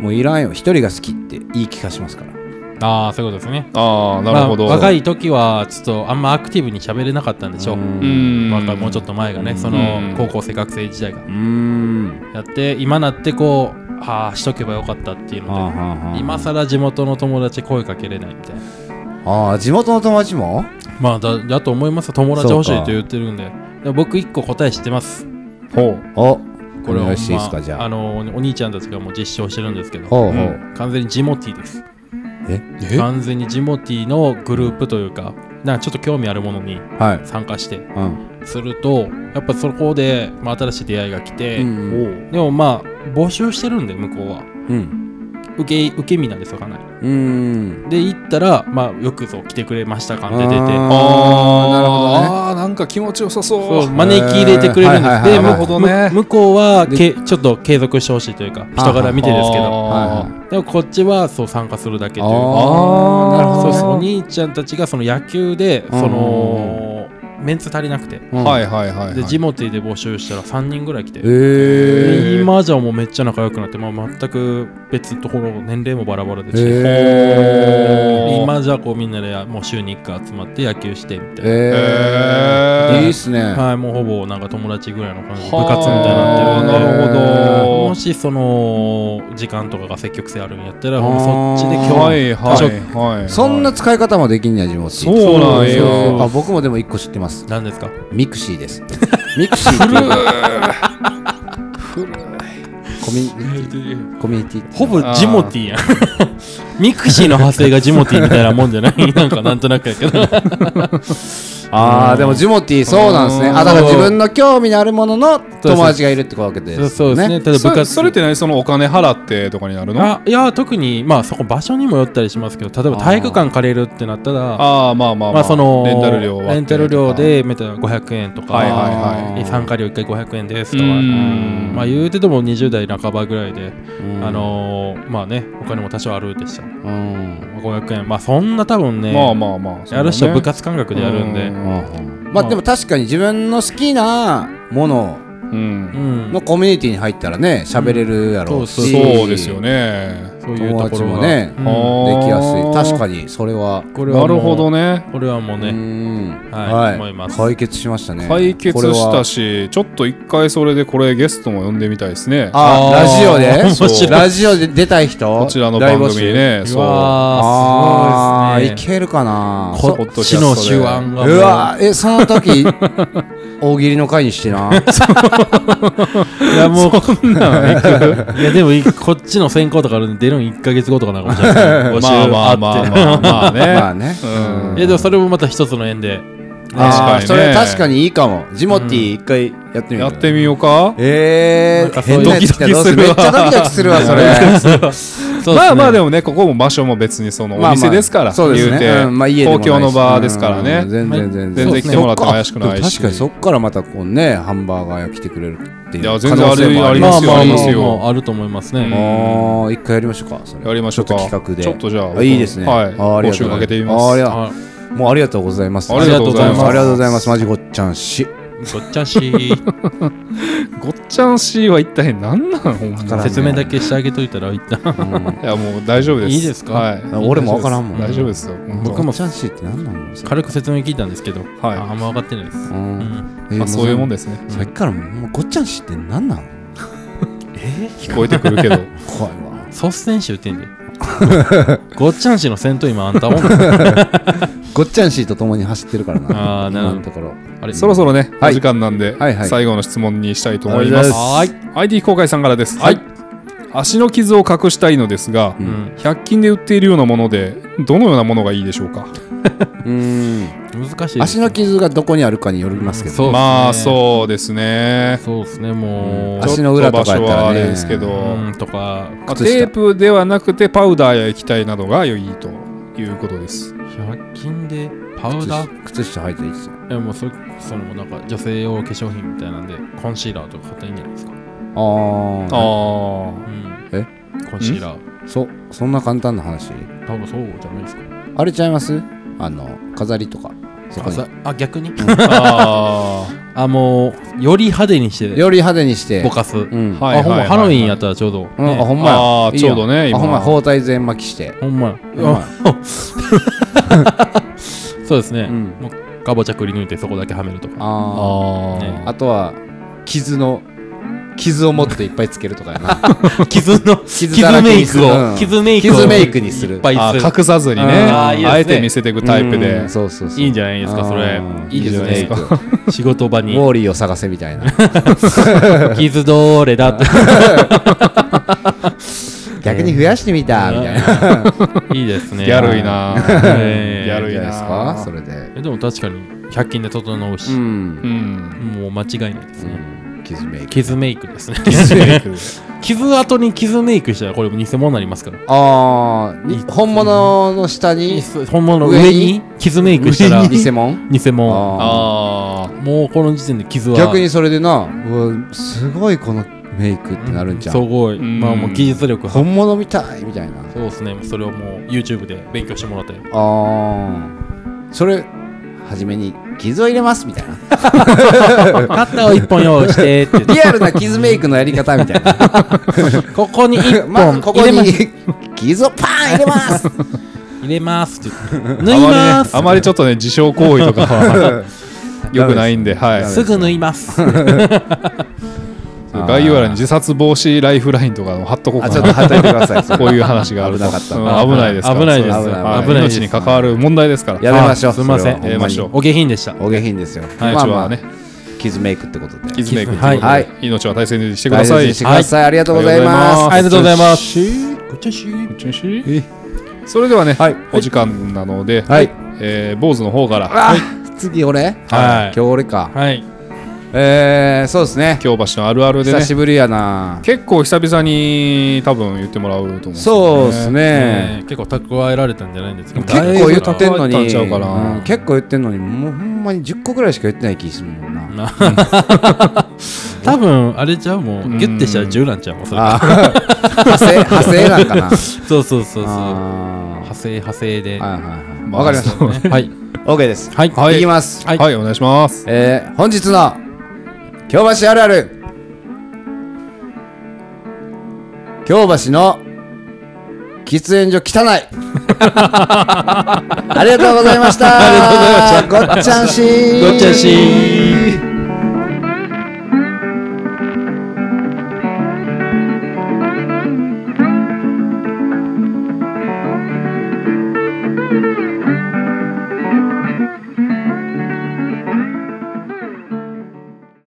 Speaker 2: もういらんよ一人が好きって言い聞かしますから
Speaker 3: ああそういうことですね
Speaker 4: ああなるほど、
Speaker 3: まあ若
Speaker 4: い
Speaker 3: い時はちょっとあんまアクティブに喋れなかったんでしょう、
Speaker 4: うん
Speaker 3: 若いもうちょっと前がねそ
Speaker 4: うん
Speaker 3: の高校生学生時代が
Speaker 2: うーん
Speaker 3: やって今なってこうああしとけばよかったっていう
Speaker 2: はあ
Speaker 3: の
Speaker 2: はあはあ
Speaker 3: で今更地元の友達声かけれないみたいな
Speaker 2: ああ地元の友達も
Speaker 3: まあだだと思いますよ友達欲し
Speaker 2: そう
Speaker 3: い
Speaker 2: か
Speaker 3: と言ってるんででも僕一個答え知ってます
Speaker 4: ほう
Speaker 2: お
Speaker 3: これ
Speaker 2: お
Speaker 3: は
Speaker 2: 願いしていいです
Speaker 3: ほ
Speaker 2: か
Speaker 3: んま
Speaker 2: じゃあ
Speaker 3: あのお兄ちゃんたちがもう実証してるんですけど
Speaker 2: ほうほう、
Speaker 4: うん
Speaker 3: 完全にジモティです
Speaker 4: え
Speaker 3: 完全にジモティのグループというかなんかちょっと興味あるものに
Speaker 2: はい
Speaker 3: 参加して
Speaker 2: うん
Speaker 3: するとやっぱそこで、まあ、新しい出会いが来て、
Speaker 2: うん
Speaker 3: でもまあ募集してるんで向こうは
Speaker 2: うん
Speaker 3: 受け受け身なんですよかなり
Speaker 2: うん
Speaker 3: で行ったら、まあ、よくぞ来てくれました感で出て
Speaker 2: あー
Speaker 4: ああ
Speaker 2: なるほどね
Speaker 4: ああなんか気持ちよさそう
Speaker 3: そう招き入れてくれるんで
Speaker 2: はい
Speaker 3: す
Speaker 2: はい
Speaker 3: で
Speaker 2: はいはい
Speaker 3: む
Speaker 4: なるほどね
Speaker 3: む向こうはけちょっと継続してほしいというか人柄見てですけど
Speaker 4: あー
Speaker 3: でもこっちはそう参加するだけというか
Speaker 2: ああなる
Speaker 3: そ
Speaker 2: ほ
Speaker 3: う
Speaker 2: ど
Speaker 3: ですお兄ちゃんたちがその野球でそのメンツ足りなくて
Speaker 2: うん
Speaker 4: はいはいはい、はい、
Speaker 3: でジモティで募集したら3人ぐらい来て
Speaker 2: え
Speaker 3: で今じゃもうめっちゃ仲良くなって、まあ、全く別のところ年齢もバラバラで
Speaker 2: え
Speaker 3: すし、
Speaker 2: え
Speaker 4: ー
Speaker 3: 今じゃこうみんなでもう週に1回集まって野球してみたいな、
Speaker 2: え
Speaker 4: えー
Speaker 2: いいっすね
Speaker 3: はいもうほぼなんか友達ぐらいの感じで部
Speaker 4: はあ
Speaker 3: 活みたいになってるんで
Speaker 4: なるほど
Speaker 3: もしその時間とかが積極性あるんやったらもうそっちで
Speaker 2: あー
Speaker 3: 今
Speaker 4: は
Speaker 3: 日
Speaker 4: いはいはい
Speaker 2: そんな使い方もできんねや地元
Speaker 4: そうなんよ
Speaker 2: あ僕もでも一個知ってます
Speaker 3: 何ですか
Speaker 2: ミクシーですミクシーっていうコミュニティコミュニティっていう
Speaker 3: ほぼジモティやんミクシーの派生がジモティみたいなもんじゃない なんかなんとなくやけど
Speaker 2: ああでもジモティーそうなんですねあだから自分の興味のあるものの友達がいるってわけですね
Speaker 3: そうですねただ部
Speaker 4: そ
Speaker 3: 活
Speaker 4: れそれって何そのお金払ってとかになるのあ
Speaker 3: あいや特にまあそこ場所にもよったりしますけど例えば体育館借りるってなったら
Speaker 4: あーまあまあまあ、
Speaker 3: まあその
Speaker 4: レンタル料は
Speaker 3: レンタル料でめたら500円とか、
Speaker 4: はいはいはい
Speaker 3: え参加料1回500円ですとか、
Speaker 4: うん
Speaker 3: まあ言うてても20代半ばぐらいで、
Speaker 2: うん
Speaker 3: あのーまあねお金も多少あるでした、ま
Speaker 2: うん
Speaker 3: あ500円まあそんな多分ね、
Speaker 4: まあまあまあ
Speaker 3: やる人は部活
Speaker 4: 活
Speaker 3: 感覚でやるんで、
Speaker 4: うん
Speaker 2: まあでも確かに自分の好きなもの
Speaker 4: うん
Speaker 3: うん
Speaker 2: のコミュニティに入ったらね喋れるやろうし、
Speaker 3: うん
Speaker 4: そうですよね
Speaker 3: そういう
Speaker 2: 友
Speaker 3: とこ
Speaker 2: 達
Speaker 3: ろ
Speaker 2: も
Speaker 3: が、
Speaker 2: ね
Speaker 3: う
Speaker 4: で
Speaker 3: ん
Speaker 2: できやすい確かにそれは
Speaker 3: これはも
Speaker 4: な
Speaker 3: う
Speaker 4: るほどね
Speaker 3: これはもう
Speaker 2: う
Speaker 3: ね、
Speaker 2: ん
Speaker 3: はい思います
Speaker 2: 解決しましたね
Speaker 4: 解決した
Speaker 2: こ
Speaker 4: しちょっと一回それでこれゲストも呼んでみたいですね
Speaker 2: れはあラジオで
Speaker 3: 面白い
Speaker 2: ラジオで出たい人
Speaker 4: こちらの番組にね
Speaker 3: う
Speaker 4: そう
Speaker 3: わー
Speaker 2: ああ
Speaker 3: すごい
Speaker 2: い
Speaker 3: ですね
Speaker 2: けるかな
Speaker 4: こ
Speaker 3: こっちの手腕がも
Speaker 2: うわえその 時大喜利の会にしてな
Speaker 3: いやもうこんなん いやでもいこっちの選考とかあるんで出るん1か月後とかなのかもしれない募集
Speaker 4: まあまあまあまあまあね
Speaker 2: まあね
Speaker 4: うん
Speaker 3: いやでもそれもまた一つの縁で
Speaker 4: か
Speaker 2: あー
Speaker 4: にね
Speaker 2: それ確かにいいかもジモティ一回やってみる
Speaker 4: やってみようか
Speaker 2: え
Speaker 3: な
Speaker 2: ー
Speaker 3: んかそういう
Speaker 2: 変なやつ来たらどうするめ
Speaker 4: ド
Speaker 2: っ
Speaker 4: キ
Speaker 2: ち
Speaker 4: ドキす
Speaker 2: ゃ
Speaker 4: るわ
Speaker 2: ドキドキするわそれ
Speaker 4: まあまあで
Speaker 3: も
Speaker 4: もねここも場所も別にそ
Speaker 2: ま
Speaker 4: の
Speaker 2: あまあ
Speaker 4: お店ですから
Speaker 2: そうで
Speaker 4: 言
Speaker 2: す
Speaker 4: う
Speaker 2: ね
Speaker 4: て
Speaker 2: うんまあ家でもないし
Speaker 4: 公共の場ですからね
Speaker 2: うん全然全然
Speaker 4: 全然来てもらっても怪しくないし
Speaker 2: でも確かにそっからまたこうねハンバーガー屋来てくれるっていう
Speaker 4: いや
Speaker 2: 可能性も
Speaker 4: 全然あり
Speaker 3: ま
Speaker 4: ま
Speaker 3: あ
Speaker 4: すよ
Speaker 3: まあ
Speaker 4: あり
Speaker 3: ま
Speaker 4: ます
Speaker 3: あ
Speaker 4: よ
Speaker 3: まああると思いますね
Speaker 2: ああ一回やりましょうかそれ
Speaker 4: やりましょう
Speaker 2: ち
Speaker 4: か
Speaker 2: ょっと企画で
Speaker 4: ちょっとじゃあ
Speaker 2: いいですね
Speaker 4: はい
Speaker 2: あーありがとう
Speaker 4: 募集かけてみ
Speaker 2: あーあり
Speaker 4: ま
Speaker 2: が
Speaker 4: す
Speaker 2: とう
Speaker 3: あ
Speaker 2: もうありがとうございます
Speaker 4: ありがとうございます
Speaker 2: ありがとうございますマジごっちゃんし
Speaker 3: ごっちゃんし
Speaker 4: ごっちゃん C は一体何なのほん ま
Speaker 2: わからん
Speaker 3: 説明だけしてあげといたら一旦
Speaker 4: いやもう大丈夫です
Speaker 3: いいですか
Speaker 4: はい
Speaker 2: 俺もわからんもん
Speaker 4: 大丈夫ですよ
Speaker 3: 僕も
Speaker 2: チャンシーって何なの
Speaker 3: 軽く説明聞いたんですけど
Speaker 4: はい
Speaker 3: ああんま分かってないです
Speaker 2: う
Speaker 3: う
Speaker 2: ん
Speaker 3: ん
Speaker 2: え
Speaker 4: まあそういうもん
Speaker 2: で
Speaker 4: ですね
Speaker 2: さっきからもうごっちゃんしって何なの
Speaker 4: 聞こえてくるけど
Speaker 2: 怖いわ
Speaker 3: 率先して言ってんでごっちゃんしの先頭今あんたおんの
Speaker 2: ごっちゃんしと共に走ってるからな
Speaker 3: あーなるほど
Speaker 2: 今のところ
Speaker 3: あれ
Speaker 4: そろそろね
Speaker 2: はい
Speaker 4: お時間なんで
Speaker 2: はいはい
Speaker 4: 最後の質問にしたいと思いま
Speaker 2: あり
Speaker 4: す
Speaker 2: がとう
Speaker 3: はーい
Speaker 4: ID 公開さんからです
Speaker 3: はい
Speaker 4: 足の傷を隠したいのですが
Speaker 2: う
Speaker 3: うん
Speaker 4: 100均で売っているようなものでどのようなものがいいでしょうか
Speaker 2: うん
Speaker 3: 難しいです
Speaker 2: 足の傷がどこにあるかによりますけど
Speaker 3: そうですね
Speaker 4: まあそうですね
Speaker 3: そうですねもう
Speaker 2: 足の裏とかやったらね
Speaker 4: ちょっと場所はあれですけど、
Speaker 3: うんとか
Speaker 4: まあ
Speaker 2: 靴下
Speaker 4: テープではなくてパウダーや液体などが良いということです。
Speaker 3: 100均でパウ
Speaker 2: 靴
Speaker 3: ダ
Speaker 2: 下
Speaker 3: ー
Speaker 2: 靴下履いていいっすよ
Speaker 3: いやもうそれそれもなんか女性用化粧品みたいなんでコンシーラーとか買ったらいいんじゃないですか
Speaker 2: ああ
Speaker 4: あ
Speaker 3: うん
Speaker 2: え
Speaker 3: コンシーラー
Speaker 2: そそんな簡単な話
Speaker 3: 多分そうじゃないですか
Speaker 2: あれちゃいますあの飾りとかそこ
Speaker 3: あ
Speaker 2: に
Speaker 3: さあ逆に
Speaker 4: あ。あ
Speaker 3: あもうより派手にして
Speaker 2: より派手にして
Speaker 3: ぼかす
Speaker 2: うん、
Speaker 4: は
Speaker 3: あほんまハロウィンやったらちょうどね
Speaker 2: うんあほんまや
Speaker 4: あー
Speaker 2: いいやん
Speaker 4: ちょうどね今
Speaker 2: あほんまや包帯全巻きして
Speaker 3: ほんまや
Speaker 2: ほんまや
Speaker 3: そうですね
Speaker 2: うん
Speaker 3: もうかぼちゃくり抜いてそこだけはめるとか
Speaker 2: あ
Speaker 4: あ
Speaker 3: ね
Speaker 2: ああとは傷の傷をもっといっぱいつけるとか やな
Speaker 3: 傷の
Speaker 2: 傷
Speaker 3: 傷
Speaker 2: だらけ
Speaker 3: メ
Speaker 2: に
Speaker 3: イ
Speaker 2: す
Speaker 3: ク
Speaker 2: る
Speaker 3: を
Speaker 2: うん
Speaker 3: 傷メイクを
Speaker 2: 傷メイクにする
Speaker 3: いっぱい
Speaker 4: あ
Speaker 3: する
Speaker 4: ー隠さずにね
Speaker 3: あ
Speaker 4: あ
Speaker 3: ーいいですね
Speaker 4: えて見せていくタイプで
Speaker 2: うんそうそうそう
Speaker 3: いいん
Speaker 2: ゃ
Speaker 3: じゃないですかそれ
Speaker 2: いいです
Speaker 3: いいじ
Speaker 2: ね
Speaker 3: ゃない仕事場
Speaker 2: ウ
Speaker 3: に
Speaker 2: ォーリーを探せみたいな
Speaker 3: 傷どれだって
Speaker 2: 逆に増やしてみたみたいな
Speaker 3: いいですね
Speaker 4: ギャルいな
Speaker 3: ね
Speaker 4: ギャ
Speaker 2: い
Speaker 4: ル
Speaker 2: い
Speaker 4: い
Speaker 2: じゃない
Speaker 4: な
Speaker 2: ですかそれで
Speaker 3: えでも確かに100均で整う
Speaker 2: う
Speaker 3: し、
Speaker 2: ん
Speaker 4: うん
Speaker 3: もう間違いないですね、
Speaker 2: 傷メイク
Speaker 3: 傷メイクですね
Speaker 4: あ
Speaker 3: 傷跡に傷メイクしたらこれも偽物になりますから
Speaker 2: ああ本物の下に
Speaker 3: 本物の上に傷メイクしたら
Speaker 2: 偽物
Speaker 3: 偽物
Speaker 2: あ
Speaker 4: あ
Speaker 3: もうこの時点で傷
Speaker 2: ー
Speaker 3: は
Speaker 2: 逆にそれでなうわすごいこのメイクってなるんじゃ
Speaker 3: す
Speaker 2: ん
Speaker 3: ごい、
Speaker 4: うん
Speaker 3: まあもう技術力は
Speaker 2: 本物みたいみたいな
Speaker 3: そうですねそれをもう YouTube で勉強してもらったよ
Speaker 2: ああそれ初めに傷を入れますみたいな
Speaker 3: カッターを1本用意 してって言って
Speaker 2: リアルな傷メイクのやり方みたいな
Speaker 3: ここに1
Speaker 2: まず
Speaker 3: 本
Speaker 2: こ
Speaker 3: 入
Speaker 2: こ
Speaker 3: れま
Speaker 2: に
Speaker 3: す
Speaker 2: 傷をパーン入れます
Speaker 3: 入れますって言って
Speaker 4: あ
Speaker 3: 縫いま
Speaker 4: あ
Speaker 3: す
Speaker 4: まりちょっとね自傷行為とか はよくないんではい
Speaker 2: ダメです
Speaker 3: ぐ縫い ます
Speaker 2: あー
Speaker 4: 概要欄に自殺防止ライフラインとかを貼っとこうか
Speaker 2: あ
Speaker 4: な
Speaker 2: ちょっと働いてくださいそれ
Speaker 4: こういう話があると
Speaker 2: 危なかった
Speaker 4: うん危ないですから
Speaker 3: 危ないです
Speaker 4: それは
Speaker 2: はい
Speaker 3: 危ないです
Speaker 4: 命に関わる問題ですから
Speaker 2: やめましょう
Speaker 3: あすいません
Speaker 2: それはほに
Speaker 4: やめましょう
Speaker 3: お下品でした
Speaker 2: お下品ですよ
Speaker 4: はい
Speaker 2: まあ
Speaker 4: 一応
Speaker 2: ま
Speaker 4: は
Speaker 2: あ
Speaker 4: ね
Speaker 2: 傷メイクってことで
Speaker 4: 傷メイク
Speaker 3: はい
Speaker 2: は
Speaker 4: はいい命は大切にしてくだ
Speaker 2: 大
Speaker 4: さ
Speaker 2: 切
Speaker 4: い
Speaker 2: にしてくださいありがとうございます
Speaker 3: ありがとうございます
Speaker 4: それではね
Speaker 2: はい
Speaker 4: お時間なので
Speaker 2: はい
Speaker 4: えー坊主の方から
Speaker 2: あ次俺
Speaker 3: はい
Speaker 2: 今日俺か
Speaker 3: はい
Speaker 2: えーそうですね
Speaker 4: 京橋のあるあるでね
Speaker 2: 久しぶりやな
Speaker 4: 結構久々に多分言ってもらうと思うんです
Speaker 2: そう
Speaker 4: よね
Speaker 2: です
Speaker 3: ね
Speaker 2: ね
Speaker 3: 結構蓄えられたんじゃないんですか
Speaker 2: 結構言ってんの
Speaker 4: だい
Speaker 2: に
Speaker 4: ぶ蓄えたんちゃうかな
Speaker 2: うん結構言ってんのにもうほんまに10個ぐらいしか言ってない気するもんな
Speaker 3: 多分あれちゃうもうギュッてしたら10なんちゃうもんそれ
Speaker 2: あー派 生派生なんかな
Speaker 3: そうそうそうそう派
Speaker 2: あー
Speaker 3: 生派生で
Speaker 2: はい
Speaker 3: は
Speaker 2: はいはい
Speaker 4: まあ
Speaker 2: わかりました
Speaker 3: いはい
Speaker 2: OK です
Speaker 3: はい
Speaker 4: はい
Speaker 2: いきます
Speaker 3: はい
Speaker 4: はいお願いします
Speaker 2: えー本日の京橋あるある京橋の喫煙所汚 いありがとうございましたありがとうございましたごっちゃんしー
Speaker 3: どっちやしー